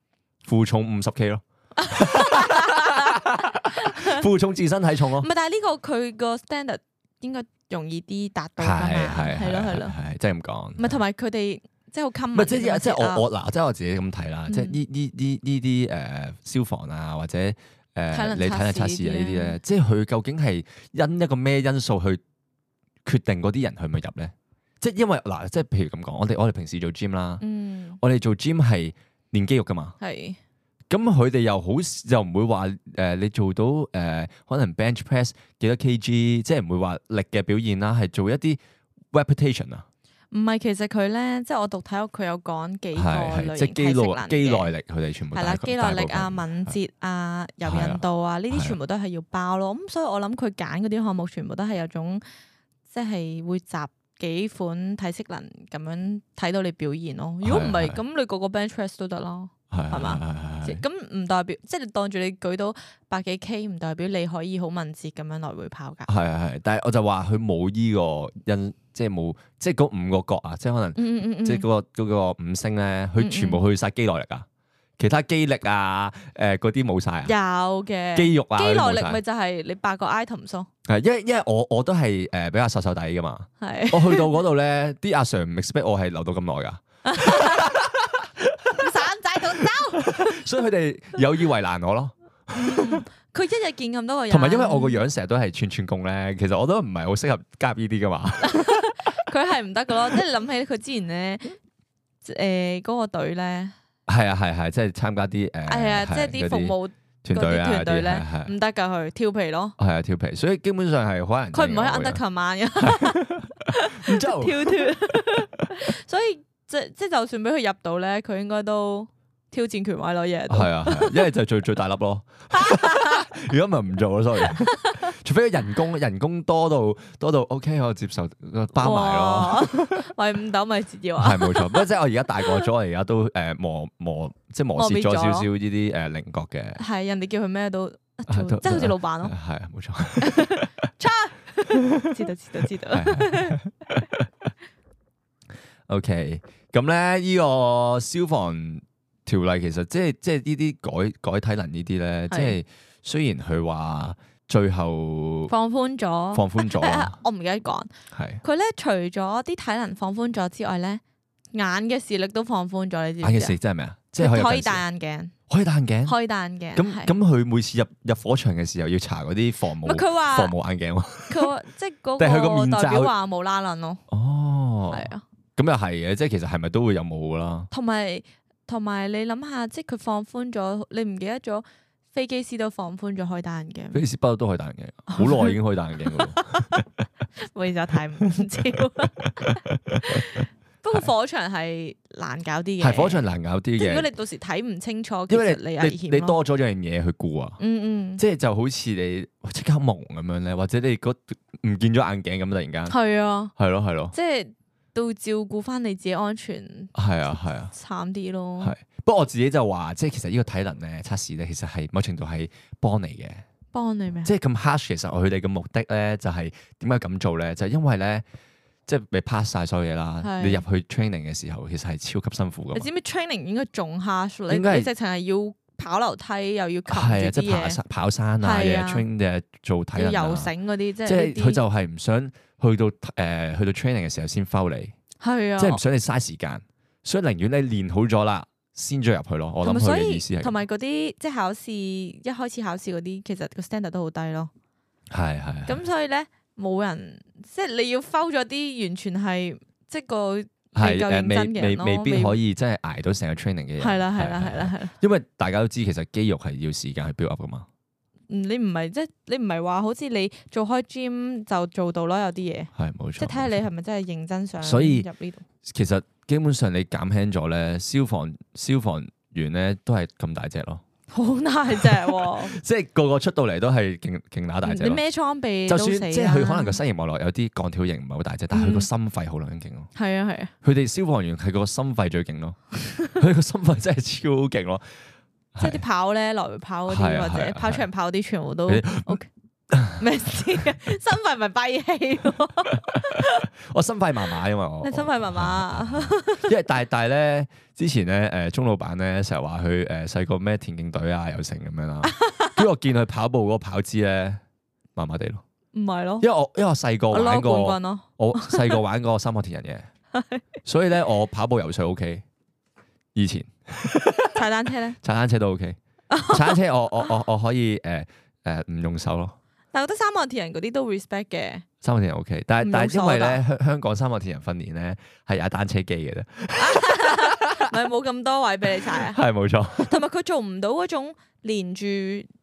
S1: 負重五十 K 咯， 負重自身體重咯
S2: 唔，係，但係呢個佢個 standard 應該容易啲達到㗎
S1: 係
S2: 嘛，
S1: 係
S2: 係咯係咯，
S1: 係即係咁講，
S2: 唔係同埋佢哋即係好 common
S1: 唔係即
S2: 嘅啊
S1: 係即係
S2: 設計
S1: 我我嗱，即係我自己咁睇啦，
S2: 嗯
S1: 即係呢呢呢呢啲誒消防啊或者誒
S2: 能
S1: 你體能
S2: 測試
S1: 測試啊
S2: 呢
S1: 呢
S2: 啲
S1: 啲咧
S2: 啊，
S1: 即係佢究竟係因一個咩因素去決定嗰啲人去唔去入咧？即係因為嗱，即係譬如咁講，我哋我哋平時做 gym 啦，
S2: 嗯
S1: 我哋做 gym 係練肌肉噶嘛。
S2: 係
S1: 咁佢哋又好又唔會話誒、呃你做到誒、呃可能 bench press 幾多 kg，即係唔會話力嘅表現啦，係做一啲 repetition 啊，
S2: 唔係其實佢咧，即係我讀體育佢有講幾個
S1: 係
S2: 類
S1: 係即係
S2: 型
S1: 肌
S2: 體
S1: 耐
S2: 適
S1: 肌
S2: 能嘅。
S1: 耐力，佢哋全部
S2: 係
S1: 大
S2: 啦，
S1: 概
S2: 肌耐力啊、
S1: 大部分
S2: 敏捷啊、柔
S1: 係啊
S2: 韌度啊，呢
S1: 係啊
S2: 啲全部都係要包咯。咁所以我諗佢揀嗰啲項目，全部都係有種即係會集幾款體適能咁樣睇到你表現咯。如果唔
S1: 係
S2: 係，
S1: 啊
S2: 咁你個個 bench press 都得咯。
S1: 係
S2: 係
S1: 嘛
S2: 即咁唔代表，即係你當住你舉到百幾 K，唔代表你可以好敏捷咁樣來回跑㗎。
S1: 係係係，但係我就話佢冇呢個因，即係冇即係嗰五個角啊，即係可能
S2: 嗯嗯嗯
S1: 即係
S2: 嗯，
S1: 嗰個嗰個五星咧，
S2: 嗯
S1: 佢
S2: 嗯
S1: 全部去晒肌耐力啊，其他肌力啊誒嗰啲冇晒啊，
S2: 有嘅。
S1: 肌肉啊
S2: 肌
S1: 嗰啲
S2: 耐
S1: 冇
S2: 力
S1: 晒
S2: 咪就係你八個 item 咯，
S1: 係因為因為我我都係誒比較瘦瘦底噶嘛。
S2: 係
S1: 我去到嗰度 咧，啲阿 Sir 唔 expect 我係留到咁耐噶，
S2: 散仔同走。
S1: 所以佢 哋有意為難我咯。
S2: 佢一日見咁多個人，
S1: 同埋因為我個樣成日都係串串工咧，其實我都唔係好適合加入呢啲噶嘛。
S2: 佢係唔得 噶咯，即係諗起佢之前咧，誒嗰個隊咧，
S1: 係啊係係，即係參加啲誒，
S2: 係啊，即
S1: 嗰
S2: 係啲服務
S1: 團隊啊
S2: 嗰
S1: 嗰
S2: 啲團隊
S1: 啲，
S2: 咧嗯
S1: 係係
S2: 唔得噶，佢調皮咯，
S1: 係啊跳皮，所以基本上係可能
S2: 佢唔可以 under command 嘅，
S1: 唔知道
S2: 跳脱， 所以即即就算俾佢入到咧，佢應該都挑戰權威咯，日日都
S1: 係啊，係啊一係就做最大粒咯。如果唔係唔做咯，sorry。除 非佢人工人工多到多到 OK，我接受包埋咯。
S2: 咯， 喂五斗米折 腰啊，
S1: 係冇錯，不過即係我而家大個咗，我而家都誒磨磨，即係磨蝕咗少少呢啲誒棱角嘅，
S2: 係人哋叫佢咩都啊做
S1: 都
S2: 即係好似
S1: 都
S2: 老闆咯，
S1: 係啊，冇錯。
S2: 知道知道知道。
S1: O K，咁咧呢個消防條例其實即係即係呢啲改改體能呢啲咧，
S2: 係
S1: 即係雖然佢話最後
S2: 放寬咗，
S1: 放寬咗啊
S2: 誒 誒我唔記得講，
S1: 係
S2: 佢咧除咗啲體能放寬咗之外咧，眼嘅視力都放寬咗，你知
S1: 眼
S2: 唔
S1: 嘅視
S2: 知啊？
S1: 力真係咩啊？即係可以
S2: 可
S1: 有
S2: 以
S1: 近視
S2: 戴眼鏡，
S1: 可以戴眼鏡。
S2: 可以戴眼鏡。
S1: 咁
S2: 係
S1: 咁佢每次入入火場嘅時候要搽嗰啲防
S2: 唔
S1: 霧
S2: 係佢話
S1: 防霧眼鏡 喎。
S2: 佢話 即係嗰
S1: 但係佢個
S2: 個
S1: 面罩
S2: 代表話冇拉楞咯，
S1: 哦，
S2: 係啊，
S1: 咁又係嘅，即係其實係咪都會有冇㗎 啦？
S2: 同埋同埋你諗下，即係佢放寬咗，你唔記得咗飛機師都放寬咗可以戴眼鏡，
S1: 菲斯不嬲都可以戴眼鏡，好耐已經可以戴眼鏡㗎 喎。
S2: 我而家睇唔 知。不過火場係難搞啲嘅，
S1: 係火場難搞啲
S2: 即係如果
S1: 嘅，
S2: 你到時睇唔清楚，其
S1: 因
S2: 實
S1: 為
S2: 你
S1: 你
S2: 危
S1: 你
S2: 險
S1: 你
S2: 咯
S1: 多咗樣嘢去顧啊。
S2: 嗯嗯，
S1: 即係就好似你哇即刻蒙咁樣咧，或者你嗰唔見咗眼鏡咁突然間，
S2: 係啊，
S1: 係咯係咯，
S2: 即係到照顧翻你自己安全，
S1: 係啊係啊
S2: 慘啲咯
S1: 係，。不過我自己就話，即係其實呢個體能咧測試咧，其實係某程度係幫你嘅。
S2: 幫你咩？
S1: 即係咁 hush，其實佢哋嘅目的咧就係點解咁做咧？就係因為咧，即係你 pass 晒所有嘢啦，
S2: 係
S1: 你入去 training 嘅時候，其實係超級辛苦噶
S2: 你
S1: 嘛。
S2: 知唔知 training 應該仲 hard？你
S1: 應該係
S2: 你直情係要跑樓梯，又要擒
S1: 係啊，
S2: 住
S1: 即係
S2: 啲
S1: 爬
S2: 嘢，
S1: 山、跑山啊，
S2: 係
S1: 又
S2: 啊
S1: train 誒做體能
S2: 要游
S1: 啊。
S2: 繩嗰啲，即
S1: 即係
S2: 係
S1: 佢
S2: 呢啲
S1: 就係唔想去到誒、呃去到 training 嘅時候先 foul 你。
S2: 係啊，
S1: 即係唔想你嘥時間，所以寧願你練好咗啦，先再入去咯。我
S2: 同
S1: 諗
S2: 埋
S1: 佢
S2: 所
S1: 嘅
S2: 以
S1: 意思係
S2: 同
S1: 咁，
S2: 埋嗰啲即係考試一開始考試嗰啲，其實個 standard 都好低 咯。
S1: 係係係
S2: 咁所以咧，冇人即係你要 f 咗啲完全係即係個
S1: 係
S2: 未夠
S1: 誒
S2: 認真
S1: 未
S2: 嘅
S1: 未
S2: 人咯
S1: 未必
S2: 未
S1: 可以真係捱到成個 training 嘅人。
S2: 係啦係啦係
S1: 係
S2: 啦係啦。
S1: 因為大家都知其實肌肉係要時間去 build up 噶嘛。
S2: 嗯，你唔係即係你唔係話好似你做開 gym 就做到咯，有啲嘢
S1: 係冇錯。
S2: 即係睇下你係咪真係認真想
S1: 所以
S2: 入呢度。
S1: 其實基本上你減輕咗咧，消防消防員咧都係咁大隻咯，
S2: 好大隻 喎！
S1: 即係個個出到嚟都係勁勁乸大隻
S2: 你
S1: 咯。
S2: 咩裝備
S1: 就
S2: 都
S1: 算
S2: 死啊
S1: 即係佢可能個身形望落有啲鋼條型唔係好大隻，但係佢個
S2: 嗯
S1: 心肺好撚勁咯。
S2: 係啊係啊，
S1: 佢哋消防員係個心肺最勁 咯，佢個心肺真係超勁咯。
S2: 即係啲跑咧來回跑嗰
S1: 係啊
S2: 啲或
S1: 係
S2: 者
S1: 啊
S2: 跑長跑啲全部都
S1: 嗰
S2: OK。咩事 啊？心肺咪閉氣咯，
S1: 哦我心肺麻麻，因為我
S2: 你心肺麻麻，
S1: 因為但係但係咧，之前咧誒鐘老闆咧成日話佢誒細個咩田徑隊啊又成咁 樣啦，跟住我見佢跑步嗰個跑姿咧麻麻地咯，
S2: 唔係咯
S1: 因？為我因為我細個
S2: 哦我
S1: 玩
S2: 攞
S1: 過
S2: 冠軍，咯，
S1: 我細個玩過三項鐵人 嘅，所以咧我跑步游水 OK，以前
S2: 踩單車咧，
S1: 踩單車都 OK，踩單車我我我我可以誒誒唔用手咯。
S2: 但係我覺得三項鐵人嗰啲都 respect 嘅。
S1: 三項鐵人 O K，但係
S2: 唔
S1: 但
S2: 用
S1: 係
S2: 手
S1: 因為咧
S2: 㗎
S1: 香香港三項鐵人訓練咧係踩單車機嘅 啫，
S2: 咪冇咁多位俾你踩 啊！
S1: 係冇錯，
S2: 同埋佢做唔到嗰種連住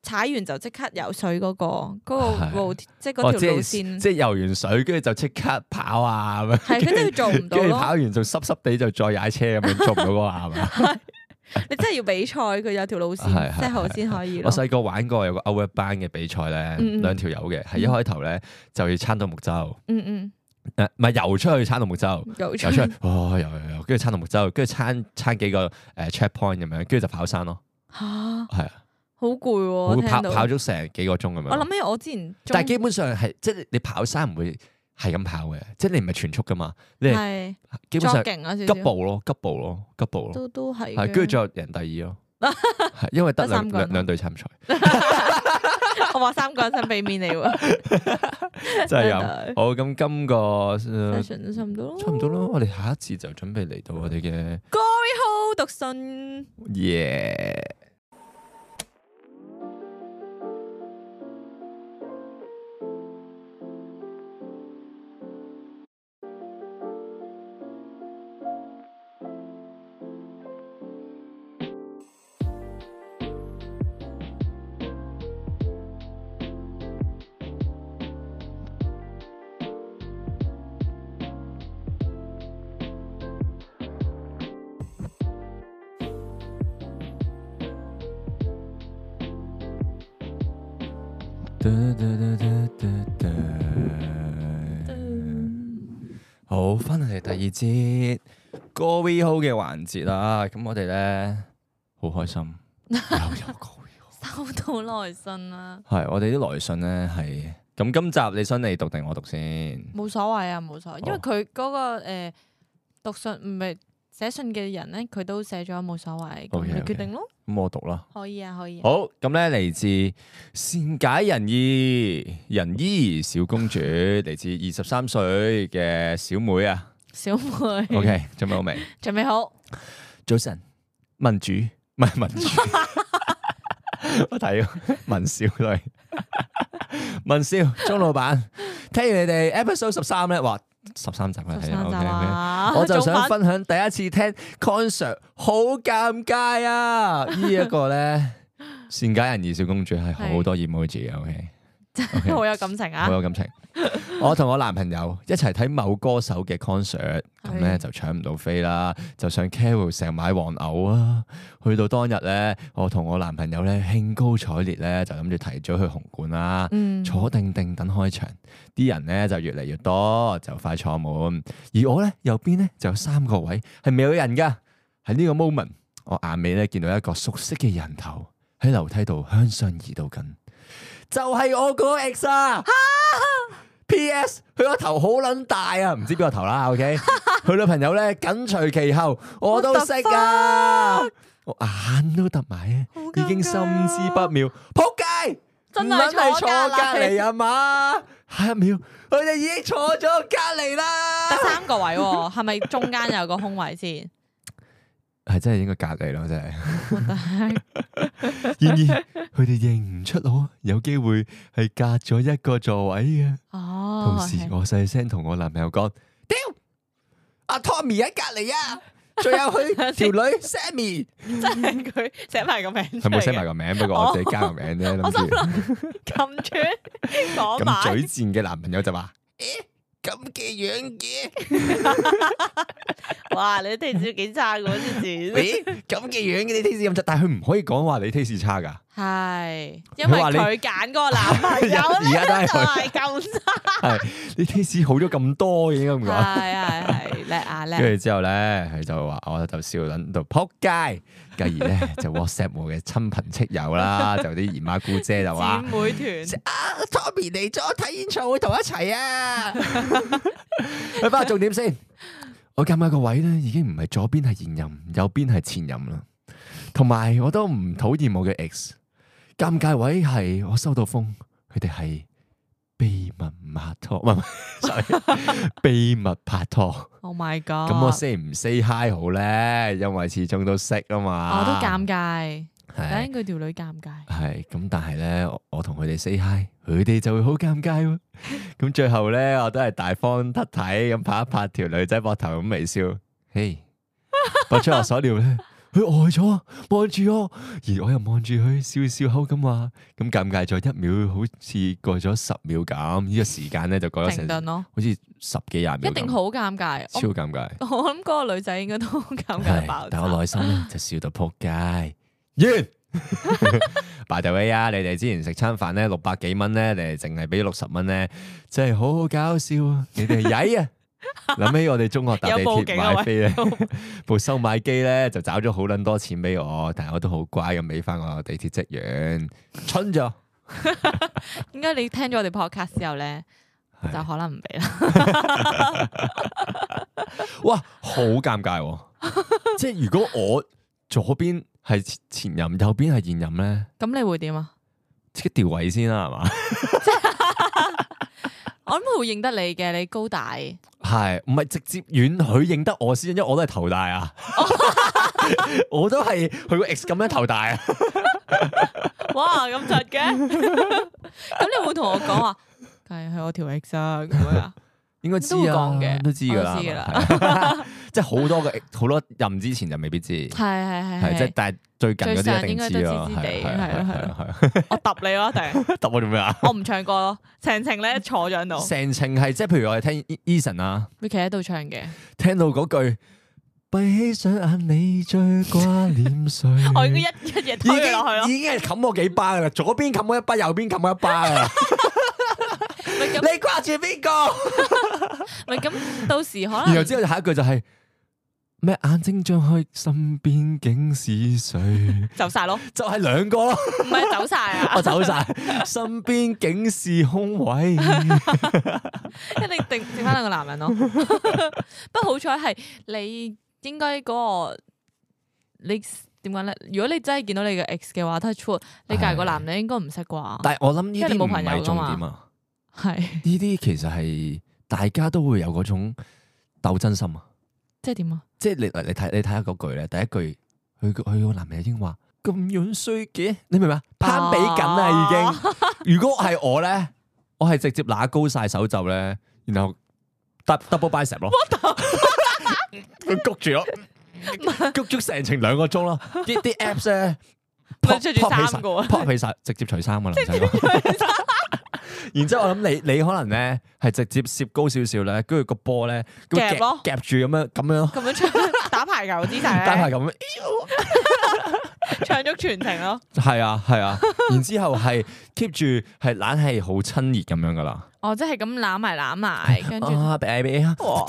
S2: 踩完就即刻游水嗰、個嗰、
S1: 係
S2: 個路，即係
S1: 哦
S2: 嗰
S1: 即
S2: 條
S1: 係
S2: 路線，
S1: 即係游完水跟住就即刻跑啊咁
S2: 係
S1: 樣，
S2: 佢 真
S1: 跟
S2: 係做唔
S1: 住
S2: 到
S1: 跟住跑
S2: 咯。
S1: 完就濕濕地就再踩車咁樣，做唔到嗰個 係嘛？
S2: 你真係要比賽，佢有條路線
S1: 係係，
S2: 即係後先可以
S1: 我
S2: 咯。
S1: 細個玩過有個 o u 班嘅比賽咧，
S2: 嗯嗯
S1: 兩條友嘅，係一開頭咧就要撐到木舟，
S2: 嗯嗯，
S1: 誒唔係游出去撐到木 舟。
S2: 有趣
S1: 游。出去，哦，游游游，跟住撐到木舟，跟住撐撐幾個誒 checkpoint 咁樣，跟住就跑山咯，
S2: 吓，
S1: 係啊，
S2: 好攰
S1: 我會
S2: 喎！聽
S1: 跑
S2: 到
S1: 跑咗成幾個鐘咁樣。
S2: 我諗起我之前中，
S1: 但係基本上係即係你跑山唔會係咁跑嘅，即係你唔係全速噶嘛，你係
S2: 係
S1: 基本
S2: 作
S1: 上
S2: 勁啊少
S1: 急
S2: 少，
S1: 步咯，急步咯，急步咯，
S2: 都都係
S1: 係
S2: 嘅。
S1: 跟住最後贏第二咯，係因為得
S2: 得
S1: 兩
S2: 三個人啊
S1: 兩兩隊參 賽，
S2: 我話三個人想俾面你 喎，
S1: 真係咁。
S2: Session
S1: 好，咁今個呃
S2: 都差唔多咯。
S1: 差唔多啦，我哋下一次就準備嚟到我哋嘅
S2: Glory Hole 讀信。
S1: 耶。好，翻嚟第二節歌啊 V 好嘅環節啦。咁我哋咧好開心，又有歌 V 好。
S2: 收到來信啦，
S1: 係我哋啲來信咧係咁，今集你想你讀定我讀先？
S2: 冇所謂啊，冇所謂，因為
S1: 哦
S2: 佢嗰個誒讀信唔係寫信嘅人咧，佢都寫咗冇所謂，咁
S1: OK，
S2: 你
S1: OK
S2: 決定咯，
S1: 咁我讀啦。
S2: 可以啊，可以啊。
S1: 好，咁咧嚟自善解人意仁醫小公主，嚟自二十三歲嘅小妹啊。
S2: 小妹
S1: OK，準備好未？
S2: 準備好，
S1: 早晨，民主唔係民主， 我睇喎民少女，民少鐘老闆，聽完你哋 episode 十三咧，哇，十三集啊，
S2: 十
S1: 睇
S2: 三
S1: 啊
S2: 集
S1: ，OK，OK。
S2: 啊，
S1: 我就
S2: 仲
S1: 想
S2: 玩
S1: 分享第一次聽 concert 好尷尬啊！呢一個咧，善解人意小公主係好多 emoji 嘅，OK。OK
S2: 好有感情啊
S1: 好，有感 情。我同我男朋友一齊睇某歌手嘅 concert，咁咧
S2: 係
S1: 就搶唔到飛啦，就上 Carol 成買黃牛啊。去到當日咧，我同我男朋友咧興高采烈咧，就諗住提早去紅館啦。
S2: 嗯，
S1: 坐定定等開場，啲人咧就越嚟越多，就快坐滿。而我咧右邊咧就有三個位係未有人噶。喺呢個 moment，我眼尾咧見到一個熟悉嘅人頭喺樓梯度向上移到緊，就係我嗰個 ex 啊！P.S. 佢個頭好撚大啊，唔知邊個頭啦，OK？佢女朋友咧緊隨其後，我都識啊，我眼都突埋啊，已經心知不妙，仆街！
S2: 真
S1: 唔
S2: 係
S1: 撚係
S2: 坐
S1: 坐
S2: 隔
S1: 隔
S2: 離
S1: 離啊嘛，下一啊秒佢哋已經坐咗隔離
S2: 得
S1: 啦，
S2: 三個位喎，係咪中間有個空位先？
S1: 係真係應該隔離咯，真係。 然而佢哋認唔出我，有機會係隔咗一個座位嘅。
S2: 哦，
S1: 同時我細聲同我男朋友講：屌，阿 Tommy 喺隔離啊，仲有 佢條女 Sammy，
S2: 係真係佢寫埋個名出嚟嘅，
S1: 佢冇寫埋個名，不過我自己加個名啫，
S2: 啊我
S1: 諗
S2: 心
S1: 住。
S2: 諗咁串講
S1: 咁
S2: 埋
S1: 嘴賤嘅男朋友就話：咦，咁嘅樣嘅，
S2: 哇！你啲字幾差嘅喎啲 字，
S1: 咦，咁嘅樣嘅，你 taste 咁差，但係佢唔可以講話你 taste 差㗎。
S2: 係因
S1: 佢
S2: 為
S1: 話你
S2: 佢揀嗰個男朋 友
S1: 而家都係
S2: 咧就
S1: 佢
S2: 係咁
S1: 係你 taste 好咗咁多嘅咁
S2: 啊
S1: 講。
S2: 差，係係係叻啊 叻！
S1: 跟住之後咧，佢就話我就笑撚到撲街，繼而咧就 WhatsApp 我嘅親朋戚友啦，就啲姨媽姑姐就話
S2: 姊：妹團
S1: 啊，Tommy 嚟咗睇演唱會同我一齊 啊！去翻重點先，我尷尬個位咧已經唔係左邊係現任，右邊係前任啦，同埋我都唔討厭我嘅 ex。尷尬位係我收到風，佢哋係秘密拍拖，唔係唔係 sorry，秘密拍拖。
S2: ，Oh my God！
S1: 咁我 say 唔 say hi 好咧？因為始終都識啊嘛。
S2: 我都尷尬，等
S1: 係
S2: 佢條女尷尬，
S1: 係咁，但係咧，我我同佢哋 say hi，佢哋就會好尷尬喎。 咁最後咧，我都係大方得體咁拍一拍條女仔膊頭咁微笑。 嘿，不出我所料咧，佢呆咗，望住我，而我又望住佢，笑笑口咁話。咁尷尬咗一秒，好似過咗十秒咁。呢個時間咧就過咗成
S2: 停頓咯，
S1: 好似十幾廿秒咁，
S2: 一定好尷尬。
S1: 超尷尬。
S2: 我 我諗嗰個女仔應該都好尷尬到
S1: 係
S2: 爆，
S1: 但我
S2: 炸。
S1: 內心咧就笑到扑街。完。By the way 啊，你哋之前食餐飯咧六百幾蚊咧，你哋淨係俾六十蚊咧，真係好好搞笑啊！你哋係曳 啊！諗起我哋中學搭地
S2: 有報
S1: 鐵
S2: 警啊
S1: 買飛咧， 部收買機咧就找咗好撚多錢俾我，但係我都好乖咁俾翻我地鐵職員，蠢咗。
S2: 點解你聽咗我哋 podcast 之後咧，
S1: 係
S2: 就可能唔俾啦？
S1: 哇，好尷尬 喎！即係如果我左邊係前任，右邊係現任咧，
S2: 咁你會點啊？
S1: 即刻調位先啦，係嘛？
S2: 我諗佢會認得你嘅，你高 大，你
S1: 係，唔係直接遠許認得我先，因為我都係頭大 啊，我都係佢個 ex 咁樣頭大啊，
S2: 哇咁窒嘅， 咁你會同我講話，梗係係我條 ex 啊咁 樣啊？
S1: 應該知
S2: 都會
S1: 啊
S2: 講，嘅哦
S1: 都知噶啦
S2: 我都知㗎啦，
S1: 係 即係好多個 ex- 好多任之前就未必知，
S2: 係係
S1: 係
S2: 係
S1: 即係
S2: 係，
S1: 但係最近嗰
S2: 最
S1: 啲
S2: 上
S1: 一定
S2: 應該
S1: 知
S2: 都
S1: 咯，
S2: 知知
S1: 係
S2: 地
S1: 係係
S2: 係咯
S1: 係係係，
S2: 我揼你咯，定
S1: 揼我做咩啊？
S2: 我唔唱歌咯，成程咧坐咗喺度，
S1: 成程係即係譬如我哋聽 E- Eason 啊。
S2: 你企喺度唱 嘅，
S1: 聽到嗰句閉起雙眼，你最掛念誰？
S2: 我應該一一嘢推佢落去咯。
S1: 已經係冚我幾巴噶啦，左邊冚我一巴，右邊冚我一巴噶啦。
S2: 咪
S1: 你
S2: 咁
S1: 掛住邊個？
S2: 咪咁，到時可
S1: 然後
S2: 能
S1: 之後下一句就係咩眼睛張開，身邊竟是誰？
S2: 走晒咯，
S1: 就係兩個咯，
S2: 唔係走晒啊
S1: 我，走 晒，身邊竟是空 位。
S2: 一定定剩翻兩個男人咯。 不過好彩係你應該嗰、個你點講咧？如果你真係見到你嘅 ex 嘅話，touch wood，你隔離個男人應該唔識啩？
S1: 但係我諗呢
S2: 因為
S1: 啲
S2: 你冇
S1: 唔
S2: 朋友
S1: 係重
S2: 㗎嘛
S1: 點啊，
S2: 係
S1: 呢啲其實係大家都會有嗰種鬥真心啊。
S2: 即係點啊？
S1: 即係你嗱你睇你睇下嗰句咧，第一句佢個佢個男人已經話咁樣衰嘅，你明唔明啊？攀比緊啦已經。如果係我咧，我係直接拿高晒手袖咧，然後 dou- double bicep 咯，佢谷住咯，谷咗成程兩個鐘咯，啲啲 apps 咧。
S2: 咪
S1: pop-
S2: 着住
S1: pop 起
S2: 衫個啊
S1: 晒 pop 起晒，直接除衫噶啦，唔使講。然之後我諗你你可能咧係直接攝高少少咧，跟住個波咧咁
S2: 夾咯
S1: 夾住咁樣咁樣咯
S2: 咁樣唱打排球姿勢
S1: 但係
S2: 咧，
S1: 咁，
S2: 唱足全程咯。
S1: 係啊係 啊，然之後係 keep 住係懶係好親熱咁樣噶啦。
S2: 哦，即係咁攬埋 攬埋，跟住
S1: 啊，baby 啊，
S2: 哇！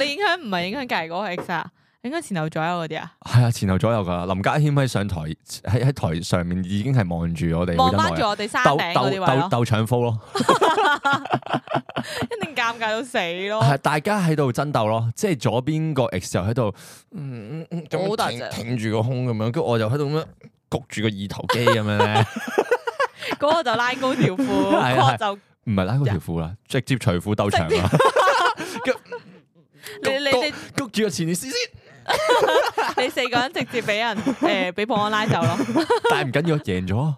S2: 你影響唔係影響隔離嗰個 ex 啊？影響前後左右嗰啲啊？
S1: 係啊，前後左右噶啦。林家謙喺上台喺喺台上面已經係望住我哋好
S2: 望
S1: 忍
S2: 翻住
S1: 耐啊，
S2: 我哋山
S1: 鬥
S2: 頂嗰啲
S1: 鬥
S2: 位
S1: 鬥
S2: 咯，
S1: 鬥搶夫咯，
S2: 一定尷尬到死咯。
S1: 係大家喺度爭鬥咯，即係左邊個 ex 就喺度，嗯嗯嗯咁樣
S2: 好大
S1: 挺
S2: 隻啊
S1: 挺住個胸咁樣，跟住我就喺度咁樣焗住個二頭肌咁樣 咧，
S2: 嗰個就拉高條褲，
S1: 係
S2: 嗰個
S1: 係
S2: 就
S1: 唔係拉嗰條褲啦，直接除褲鬥長啊啦，
S2: 你你你
S1: 谷住個前列腺先。
S2: 你四個人直接 俾人誒俾保安拉走咯，
S1: 但係唔緊要，贏咗。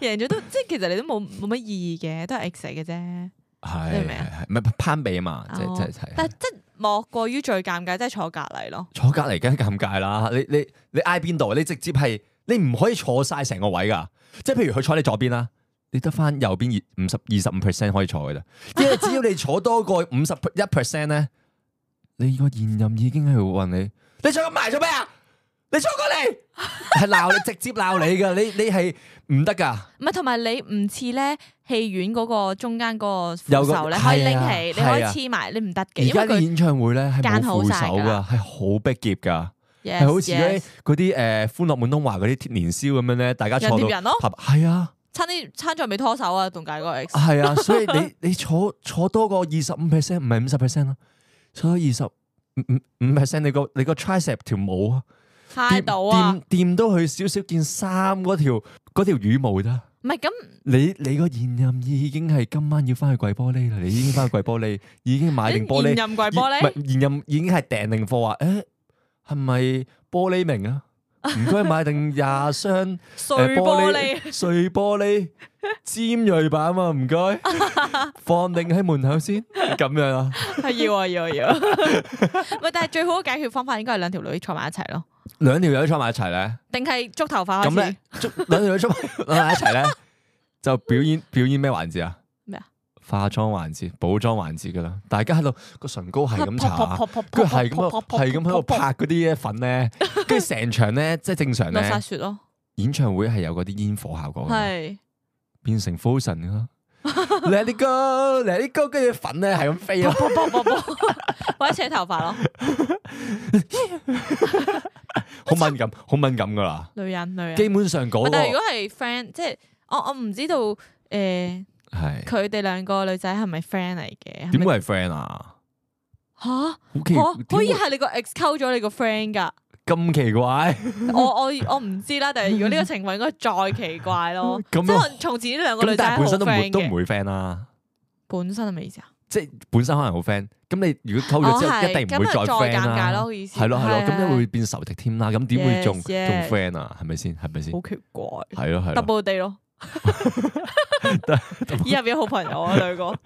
S2: 贏咗都即係其實你都冇冇乜意義嘅，都係 ex 嚟嘅啫。
S1: 係
S2: 你明唔明
S1: 係係唔係攀比啊嘛，即係
S2: 哦
S1: 即係即係
S2: 但係即係莫過於最尷尬，即係坐隔離咯。
S1: 坐隔離梗係尷尬啦！你你你挨邊度？你直接係你唔可以坐晒成個位㗎，即係譬如佢坐你左邊啦，你得翻右邊二五十二十五 percent 可以坐嘅啫，因為只要你坐多過五十一 percent 咧，你個現任已經係會問你：你坐咁埋做咩啊？你坐過嚟係鬧你，直接鬧你㗎！你你係唔得㗎。
S2: 唔係，同埋你唔似咧戲院嗰個中間嗰個扶
S1: 有個
S2: 手咧，可以
S1: 係
S2: 拎
S1: 啊
S2: 起，你可以
S1: 係啊
S2: 黐埋，你唔得嘅，
S1: 而
S2: 因
S1: 家啲
S2: 為佢
S1: 演唱會咧係冇
S2: 間好
S1: 扶手
S2: 晒㗎
S1: 㗎，係好逼夾㗎。係
S2: yes
S1: 好似咧
S2: yes
S1: 嗰啲誒歡樂滿東華嗰啲年宵咁樣咧，大家坐
S2: 人
S1: 到
S2: 貼人咯，
S1: 合係啊
S2: 差啲差咗未拖手啊，同解嗰個 ex。
S1: 係 啊，所以你你坐坐多過二十五 percent，唔係五十 percent 咯，坐多二十五五 percent，你個你個 tricep 條毛啊，
S2: 揩
S1: 掂
S2: 到啊
S1: 掂！掂到佢少少件衫嗰條嗰條羽毛咋？
S2: 唔係咁，
S1: 你你個現任已經係今晚要翻去櫃玻璃啦，你已經翻去櫃玻璃，已經買定玻璃
S2: 你。 現任櫃
S1: 現
S2: 玻
S1: 唔
S2: 璃，
S1: 係現任已經係訂定貨話，誒係咪玻璃明 啊？唔該買定廿箱
S2: 碎
S1: 誒
S2: 玻璃，
S1: 碎玻璃尖鋭版啊！唔 該，放定喺門口先，咁樣啊？
S2: 係要啊要啊要啊！ 喂，但係最好嘅解決方法應該係兩條女坐埋一齊咯，
S1: 兩條友坐埋一齊咧，
S2: 定係捉頭髮
S1: 咁
S2: 開始
S1: 咧， 捉兩條友坐埋一齊咧，就表 演表演咩環節啊？
S2: 咩啊？
S1: 化妝環節、補妝環節噶啦，大家喺度個唇膏係咁搽。跟
S2: 佢
S1: 住係咁啊，係咁喺度拍嗰啲粉 咧，跟住成場咧，即係正常
S2: 落
S1: 咧哦
S2: 晒，雪咯，
S1: 演唱會係有嗰啲煙火效果嘅，
S2: 係
S1: 變成 fusion 啦。Let it go，Let it go，跟住粉咧係咁飛啊 咯。
S2: 啵啵啵啵， 或者扯頭髮 咯，
S1: 好敏感，好敏感噶 啦。
S2: 女人女人。
S1: 基本上嗰、
S2: 喂
S1: 個
S2: 但係如果係 friend，即係我我唔知道誒，
S1: 係
S2: 佢哋兩個女仔係咪 friend 嚟嘅？係
S1: 點
S2: 咪
S1: 會係 friend 啊？
S2: 吓？
S1: 好奇
S2: 可可以
S1: 點會
S2: 係你個 ex 溝咗你個 friend 㗎？
S1: 咁奇怪，
S2: 我我我唔知啦，但係如果呢個情況應該再奇怪咯
S1: 。咁啊
S2: 即係從前呢兩個
S1: 咁
S2: 女仔
S1: 但
S2: 係
S1: 係
S2: 好
S1: 本身都唔
S2: friend
S1: 會都唔
S2: 嘅，
S1: 會 friend 啦。
S2: 本身係咩意思啊？
S1: 即係本身可能好 friend，咁你如果溝咗之
S2: 哦
S1: 後
S2: 係
S1: 一定唔會再
S2: 咁咪再
S1: friend
S2: 尷尬
S1: 啦
S2: 咯。意思
S1: 係咯係咯，
S2: 係
S1: 咁
S2: 係
S1: 你會變仇敵添啦。咁點會
S2: Yes，
S1: 仲仲
S2: yes
S1: friend 啊？係咪先？係咪先？
S2: 好奇怪
S1: 係咯係咯。
S2: ，double day 咯。以後變咗好朋友啊，兩個。
S1: 啊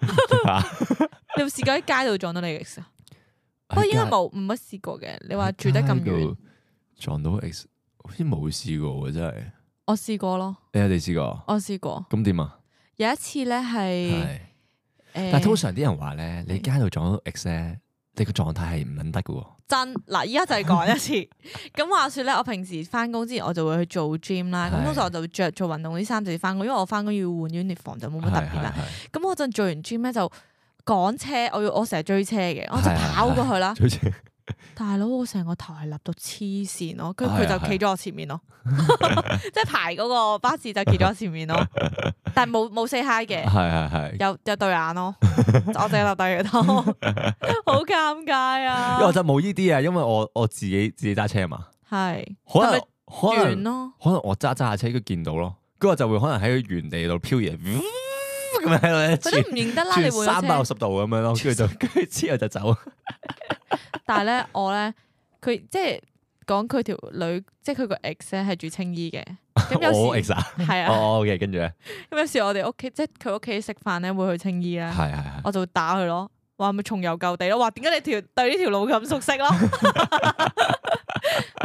S2: 你有冇試過喺街度撞到你 ex 啊？不
S1: 哎
S2: 過應該冇，唔乜試過嘅。你話住得咁遠，，
S1: 撞到 X 好似冇試過喎，真係。
S2: 我試過咯，
S1: 你哋試過？
S2: 我試過。
S1: 咁點啊？
S2: 有一次咧係
S1: 係。
S2: 誒，
S1: 但係通常啲人話咧，你街度撞到 X 咧，你個狀態係唔撚得嘅喎。
S2: 真嗱，依家就係講 一次。咁話說咧，我平時翻工之前我就會去做 gym 啦。咁
S1: 係
S2: 通常我就會着做運動啲衫就要翻工，因為我翻工要換 uniform 就冇乜特別啦。
S1: 係係係
S2: 咁嗰陣做完 gym 咧就趕車，我要我成日追車嘅，我就
S1: 係係
S2: 跑過去啦。
S1: 好 似
S2: 大佬，我成個頭係立到黐線咯，跟住
S1: 係啊
S2: 佢就企咗我前 面咯， 即係排嗰個巴士就企咗我前 面咯，但係冇冇 say hi 嘅
S1: 係，係係，
S2: 有有對 眼咯，我淨係立低個頭，好尷尬啊
S1: 因為！我就冇呢啲啊，因為我我自己自己揸車啊嘛，
S2: 係
S1: 可能
S2: 但係
S1: 可
S2: 遠
S1: 能
S2: 咯，
S1: 可能我揸揸下車佢見到咯，跟住我就會可能喺佢原地度漂移，咁樣喺度
S2: 佢
S1: 轉
S2: 都唔認得啦，你
S1: 轉
S2: 換
S1: 三百六
S2: 咗
S1: 十
S2: 車，
S1: 度咁樣咯，跟住就跟住之後就走。
S2: 但係咧我咧佢即係講佢條女，即係佢個 ex 咧係住青衣嘅，咁
S1: 我
S2: 有
S1: ex
S2: 時
S1: 啊，
S2: 係啊，
S1: 哦 OK，跟住咧，
S2: 咁有時我哋屋企即係佢屋企食飯咧會去青衣啦。
S1: 係係係。
S2: 啊我就會打佢咯，話咪重遊舊地咯，話點解你條對呢條路咁熟悉咯？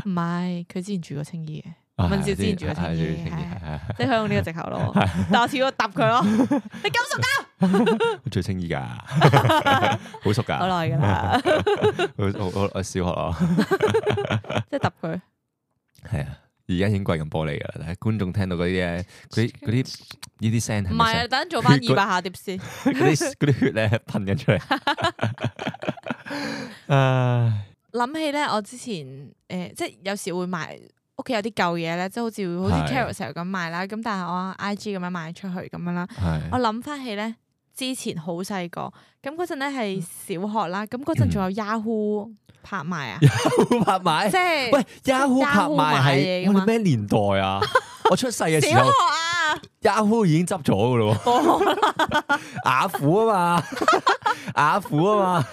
S2: 唔係，佢之前住過青衣嘅，
S1: 啊
S2: 文少之前住喺青衣
S1: 係
S2: 係
S1: 係係
S2: 即係佢用呢個藉口 咯。但我似我揼 佢咯，你咁熟㗎
S1: 係最青衣 㗎，好熟㗎，
S2: 好耐㗎啦，
S1: 我我我小學啊，
S2: 即係揼佢。
S1: 係啊，而家已經貴緊玻璃㗎啦，但係觀眾聽到嗰啲咧，嗰啲嗰啲呢啲聲係
S2: 唔
S1: 咪
S2: 係
S1: 聲
S2: 啊，等陣做翻二百下碟先。
S1: 嗰啲嗰啲血咧噴緊出 嚟。唉，
S2: 諗起咧，我之前誒、呃即係有時會賣屋企有啲舊嘢咧，即係好似好似
S1: 係
S2: Carousel 咁賣啦，咁但係我 IG 咁樣賣出去咁樣啦。我
S1: 係
S2: 諗翻起咧，之前好細個，咁嗰陣咧
S1: 嗯
S2: 係小學啦，咁嗰陣仲有 Yahoo 拍賣 啊，
S1: 拍賣
S2: 即，係
S1: 喂 Yahoo 拍
S2: Yahoo 買
S1: 賣
S2: 嘢
S1: 係
S2: 㗎
S1: 我
S2: 嘛
S1: 哋咩年代啊？我出世嘅時
S2: 小
S1: 候
S2: 學啊，
S1: ，Yahoo 已經執咗㗎咯
S2: 哦
S1: 喎，雅虎啊嘛，雅虎啊嘛，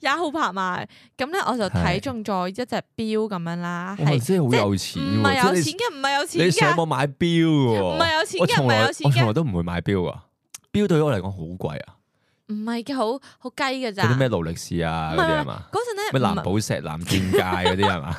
S2: Yahoo 拍賣，咁咧我就睇中咗一隻錶咁樣啦，
S1: 哇！
S2: 係
S1: 真係好有錢
S2: 唔係
S1: 喎，
S2: 有
S1: 即係你
S2: 錢嘅，唔係有
S1: 你
S2: 錢
S1: 上
S2: 嘅，
S1: 網買表嘅
S2: 唔
S1: 喎，
S2: 係有啊錢
S1: 我
S2: 嘅，唔
S1: 從
S2: 係
S1: 來
S2: 有錢
S1: 我從來
S2: 嘅，
S1: 都唔會買表啊，表對於我嚟講好貴啊，
S2: 唔係嘅，好好雞嘅咋
S1: 嗰，啲咩勞力士啊
S2: 唔
S1: 嗰啲
S2: 係
S1: 係嘛，
S2: 嗰陣咧
S1: 咩
S2: 唔
S1: 藍
S2: 係
S1: 寶石、藍鑽戒嗰啲係嘛，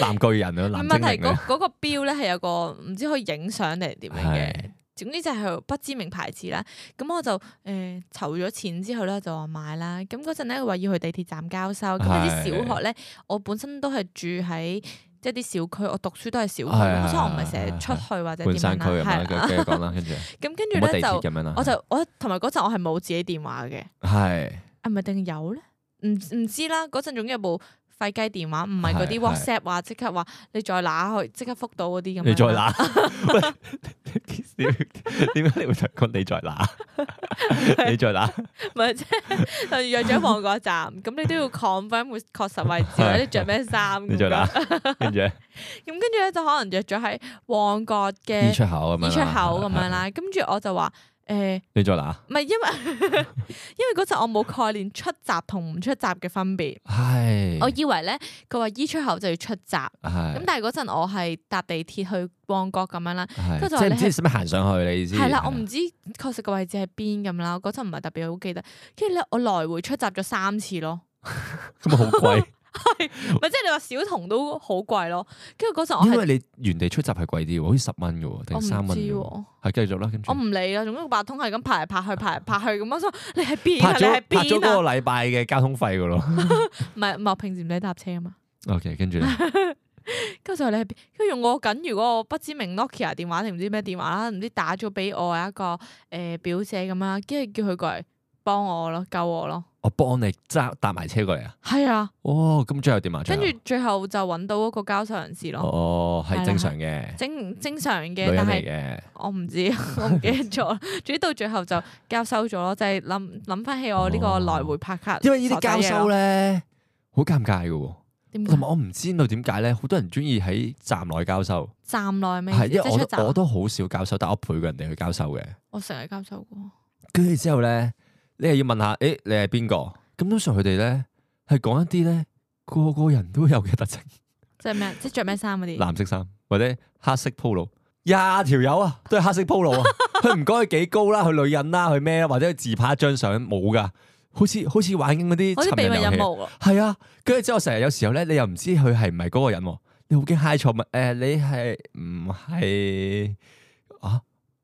S1: 藍巨人啊、
S2: 唔
S1: 藍
S2: 係問
S1: 精
S2: 題
S1: 靈
S2: 嗰
S1: 啊，
S2: 嗰個錶咧係有個唔知可以影相定係點樣嘅
S1: 係。
S2: 總之就係不知名牌子啦，咁我就誒籌咗錢之後咧就話買啦，咁嗰陣咧話要去地鐵站交收，咁有啲
S1: 係
S2: 小學咧，我本身都係住喺即係啲小區，我讀書都係小區，
S1: 係係
S2: 咁所以我唔係
S1: 係
S2: 成日出去或者點
S1: 半山區
S2: 樣
S1: 咁樣，
S2: 啦，係
S1: 跟
S2: 啦
S1: 住繼續講啦，跟住
S2: 咁跟住
S1: 冇乜
S2: 咧
S1: 地鐵
S2: 就
S1: 咁樣啦，
S2: 我就我同埋嗰陣我係冇自己電話嘅，
S1: 係
S2: 啊唔係定有咧？唔唔知啦，嗰陣總有部廢雞電話，唔係嗰啲
S1: 係係
S2: WhatsApp 話即刻話你再揦去即刻覆到嗰啲咁樣啦。
S1: 你再拿， 喂，點解你會同我講你再拿？ 你再拿，
S2: 唔係即係 例如約咗旺角站，咁你都要 confirm 會確實位置，或者你着咩衫
S1: 你
S2: 咁
S1: 再拿
S2: 樣。，
S1: 跟住
S2: 咁跟住咧就可能約咗喺旺角
S1: E
S2: 嘅
S1: 出口咁樣啦，
S2: E 出口咁樣
S1: 係，係
S2: 啦。跟住我就話誒，
S1: 你再拿，
S2: 唔係因為 因為嗰陣我冇概念出閘同唔出閘嘅分別，我
S1: 係，
S2: 以為咧佢話 E 出口就要出閘，咁
S1: 嗯係，
S2: 但係嗰陣我係搭地鐵去旺角咁樣啦。
S1: 係即
S2: 跟住就話
S1: 係
S2: 你
S1: 唔知使唔使行上去，你意思
S2: 係啦，我唔知確實個位置喺邊咁啦，我嗰陣唔係特別好記得。跟住咧，我來回出閘咗三次咯。
S1: 咁啊好貴。
S2: 咪即係你話小童都好貴咯，跟住嗰陣 我
S1: 因
S2: 係
S1: 為你原地出閘係貴啲喎，好似十蚊嘅喎，
S2: 我
S1: 定
S2: 唔
S1: 三蚊
S2: 知
S1: 嘅
S2: 喎
S1: 喎。，係繼續啦，跟住
S2: 我唔理啦，總之個八通係咁排嚟排去排嚟排去咁，我想你喺邊啊？
S1: 啊拍
S2: 你
S1: 咗
S2: 喺
S1: 拍咗嗰
S2: 邊啊
S1: 個？禮拜嘅交通費嘅咯。
S2: 唔係唔係，我平時唔使搭車啊嘛。
S1: OK，跟住 咧
S2: 跟住就話你喺邊，跟住我緊，如果我不知名 Nokia 電話定唔知咩電話啦，唔知打咗俾我有一個誒、呃表姐咁啦，跟住叫佢過嚟幫我咯，救我咯。
S1: 我幫你揸搭埋車過嚟啊。
S2: 係啊，
S1: 哦，咁最後點啊？最
S2: 跟
S1: 後
S2: 住最後就揾到嗰個交收人士咯，
S1: 哦，
S2: 係啦
S1: 係正常嘅，
S2: 正正常
S1: 女
S2: 嘅，
S1: 人
S2: 但
S1: 嚟
S2: 係。
S1: 嘅。
S2: 我唔知， 我唔記得 咗啦。總之到最後就交收咗咯，就係諗諗翻起我呢個來回拍卡，
S1: 因為呢啲交收
S2: 咧，
S1: 咧好尷尬嘅喎，
S2: 點解
S1: 同埋我唔知道點解咧，好多人中意喺站內交收，
S2: 站內咩意思？
S1: 係
S2: 即
S1: 因為
S2: 係出
S1: 我我
S2: 站，啊
S1: 都好少交收，但我陪過人哋去交收嘅。
S2: 我成日交收過。
S1: 跟住之後咧，你係要問下，誒你係邊個？咁通常佢哋咧係講一啲咧個個人都有嘅 特徵。
S2: 即 係咩？即係着咩衫嗰啲？
S1: 藍色衫或者黑色 polo，廿條友啊，都係黑色 polo 啊。佢唔該佢幾高啦，佢女人啦，佢咩啦，或者佢自拍一張相冇噶，好似好似玩緊嗰啲
S2: 好似
S1: 尋
S2: 秘
S1: 人遊
S2: 密任
S1: 戲。
S2: 務喎，
S1: 係啊，跟住之後成日有時候咧，你又唔知佢係唔係嗰個呃人喎，你好驚嗨錯咪？誒、你係唔係啊？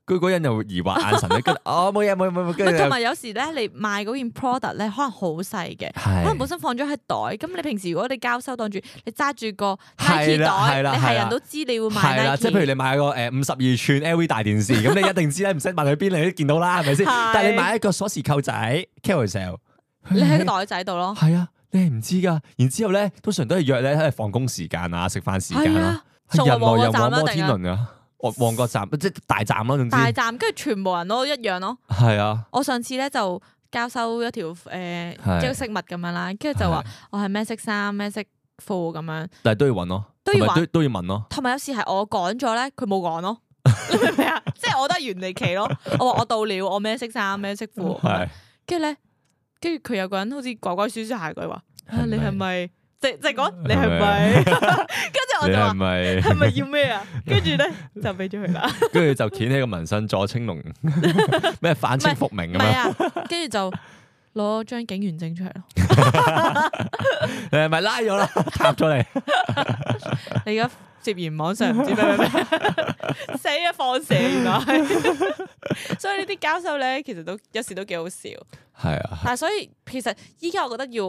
S1: 佢嗰人就疑惑眼神咧，跟住 哦冇嘢冇嘢冇嘢，跟
S2: 唔係同
S1: 住
S2: 埋有時咧，你賣嗰件 product 咧，可能好細嘅，可能
S1: 係
S2: 本身放咗喺袋，咁你平時如果你交收當住，你揸住個
S1: 係
S2: Nike
S1: 啦係
S2: 袋，
S1: 啦
S2: 你
S1: 係
S2: 係
S1: 啦
S2: 人都知你會
S1: 係
S2: 買
S1: 啦，即係譬如
S2: Nike。
S1: 你買個誒五十二寸 LV 大電視，咁你一定知咧，唔使問去邊，你都見到啦，係咪先？
S2: 係哦
S1: 但係你買一個鎖匙扣仔 Carousel，
S2: 你喺個袋仔度咯，
S1: 係啊，你係唔知噶。然之後咧，通常都係約咧喺放工時間啊、食飯時間
S2: 係
S1: 啊，
S2: 啊，送去
S1: 人
S2: 旺
S1: 來
S2: 角
S1: 人
S2: 站
S1: 往
S2: 啦，
S1: 摩
S2: 定
S1: 天
S2: 係
S1: 輪啊，旺旺角站即係大站啦，總之
S2: 大站，跟住全部人都一樣咯。
S1: 係啊。
S2: 我上次咧就交收一條誒
S1: 係
S2: 一個飾物咁樣啦，跟住就話我係咩色衫咩色褲咁樣，
S1: 但係都要揾咯，
S2: 都要
S1: 同埋
S2: 揾
S1: 都都要問咯。
S2: 同埋有時係我講咗咧，佢冇講咯。 你明唔明啊？即係我都係原地企咯。我話我到了，我咩色衫咩色褲咁 樣。
S1: 係
S2: 跟住咧，跟住佢有個人好似鬼鬼祟祟下佢話：啊，
S1: 係咪
S2: 你係咪？即即係講你
S1: 係
S2: 係
S1: 咪
S2: 咪？跟住我
S1: 你
S2: 就
S1: 係
S2: 哦話
S1: 咪？
S2: 係咪要咩啊？跟住咧就俾咗佢啦。
S1: 跟住就掀起個紋身左青 龍，咩反清復明咁
S2: 唔係
S1: 樣。
S2: 啊，跟住就攞張警員證出嚟咯。啊
S1: 你係咪拉咗啦？ 插咗你，
S2: 你而家接完網上唔知 咩咩咩，死啊放蛇原來 係。所以呢啲交收咧，其實都有時都幾好笑。
S1: 係啊，
S2: 但係所以其實依家我覺得要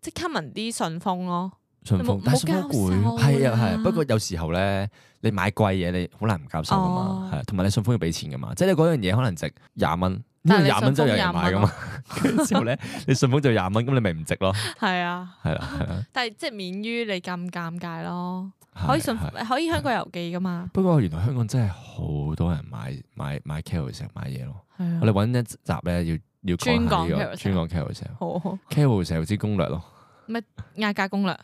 S2: 即刻聞啲順豐咯。
S1: 順
S2: 冇
S1: 豐
S2: 冇，
S1: 但係順豐好攰
S2: 交
S1: 咯，
S2: 收
S1: 係啊
S2: 啦
S1: 係啊。不過有時候咧，你買貴嘢你好難唔交收噶嘛
S2: 哦，
S1: 係啊同埋你順豐要俾錢噶嘛，即係你嗰樣嘢可能值廿蚊，因為
S2: 但係你
S1: 廿蚊之後有
S2: 順豐啊
S1: 人買噶嘛，跟住之後 咧你順豐就廿蚊，咁你咪唔值咯，
S2: 係啊，
S1: 係啦係啦。
S2: 但係即係免於你咁尷尬咯。可以
S1: 係
S2: 順
S1: 係
S2: 可以香港郵寄噶嘛？
S1: 不過原來香港真係好多人買買買 Carousel 買嘢咯，
S2: 係啊
S1: 我哋揾一集咧要要講下呢
S2: 專
S1: 個
S2: 講
S1: 專講 Carousel。
S2: 好好
S1: Carousel 之攻略咯。
S2: 嗌價攻略，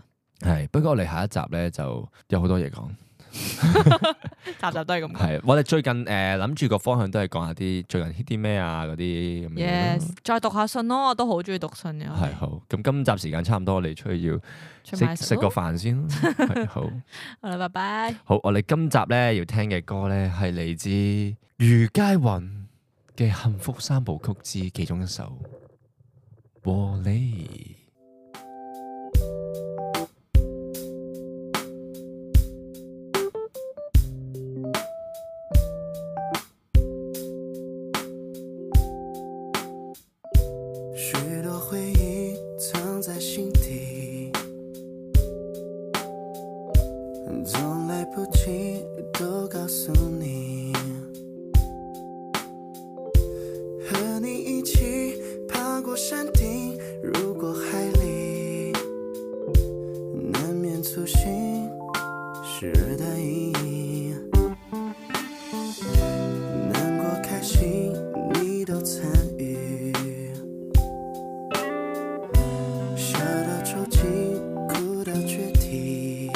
S1: 係，不過我哋下一集咧就有好多嘢講。
S2: 集集都係咁講。
S1: 係，我哋最近誒諗住個方向都係講下啲最近 hit 啲咩啊嗰啲咁樣咯。
S2: Yes，再讀下信咯，我都好中意讀信嘅。
S1: 係好，咁今集時間差唔多，我哋出去要
S2: 出賣
S1: 食食個
S2: 咯
S1: 飯先 咯。係好，
S2: 好啦，拜拜。
S1: 好，我哋今集咧要聽嘅歌咧係嚟自余佳運嘅《幸福三部曲》之其中一首《和你》。
S3: 许多回忆藏在心底，总来不及都告诉你。和你一起爬过山顶，入过海里，难免粗心时的意义。难过、开心，你都参与。笑到抽筋，哭到决堤。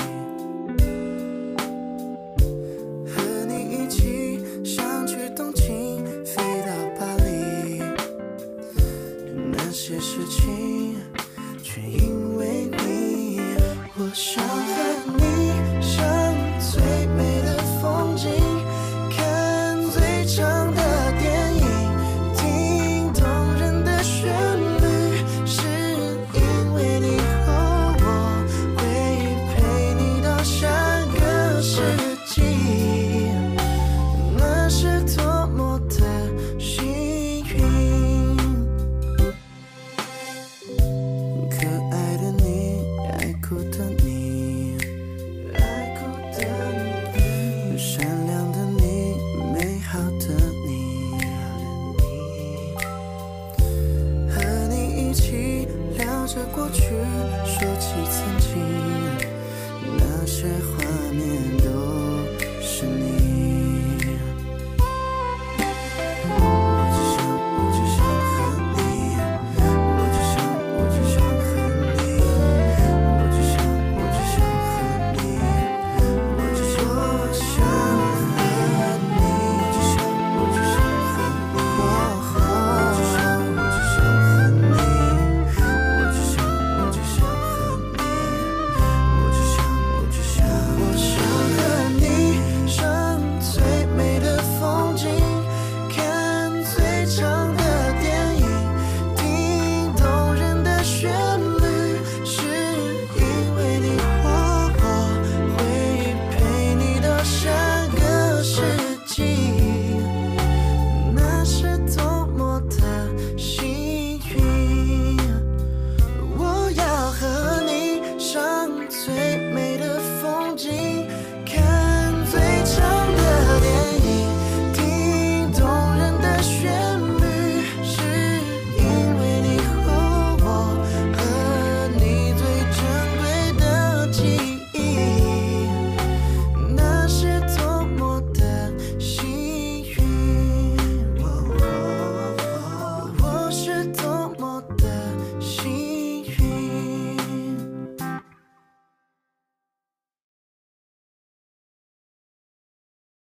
S3: 和你一起想去东京，飞到巴黎，那些事情全因为你。我想和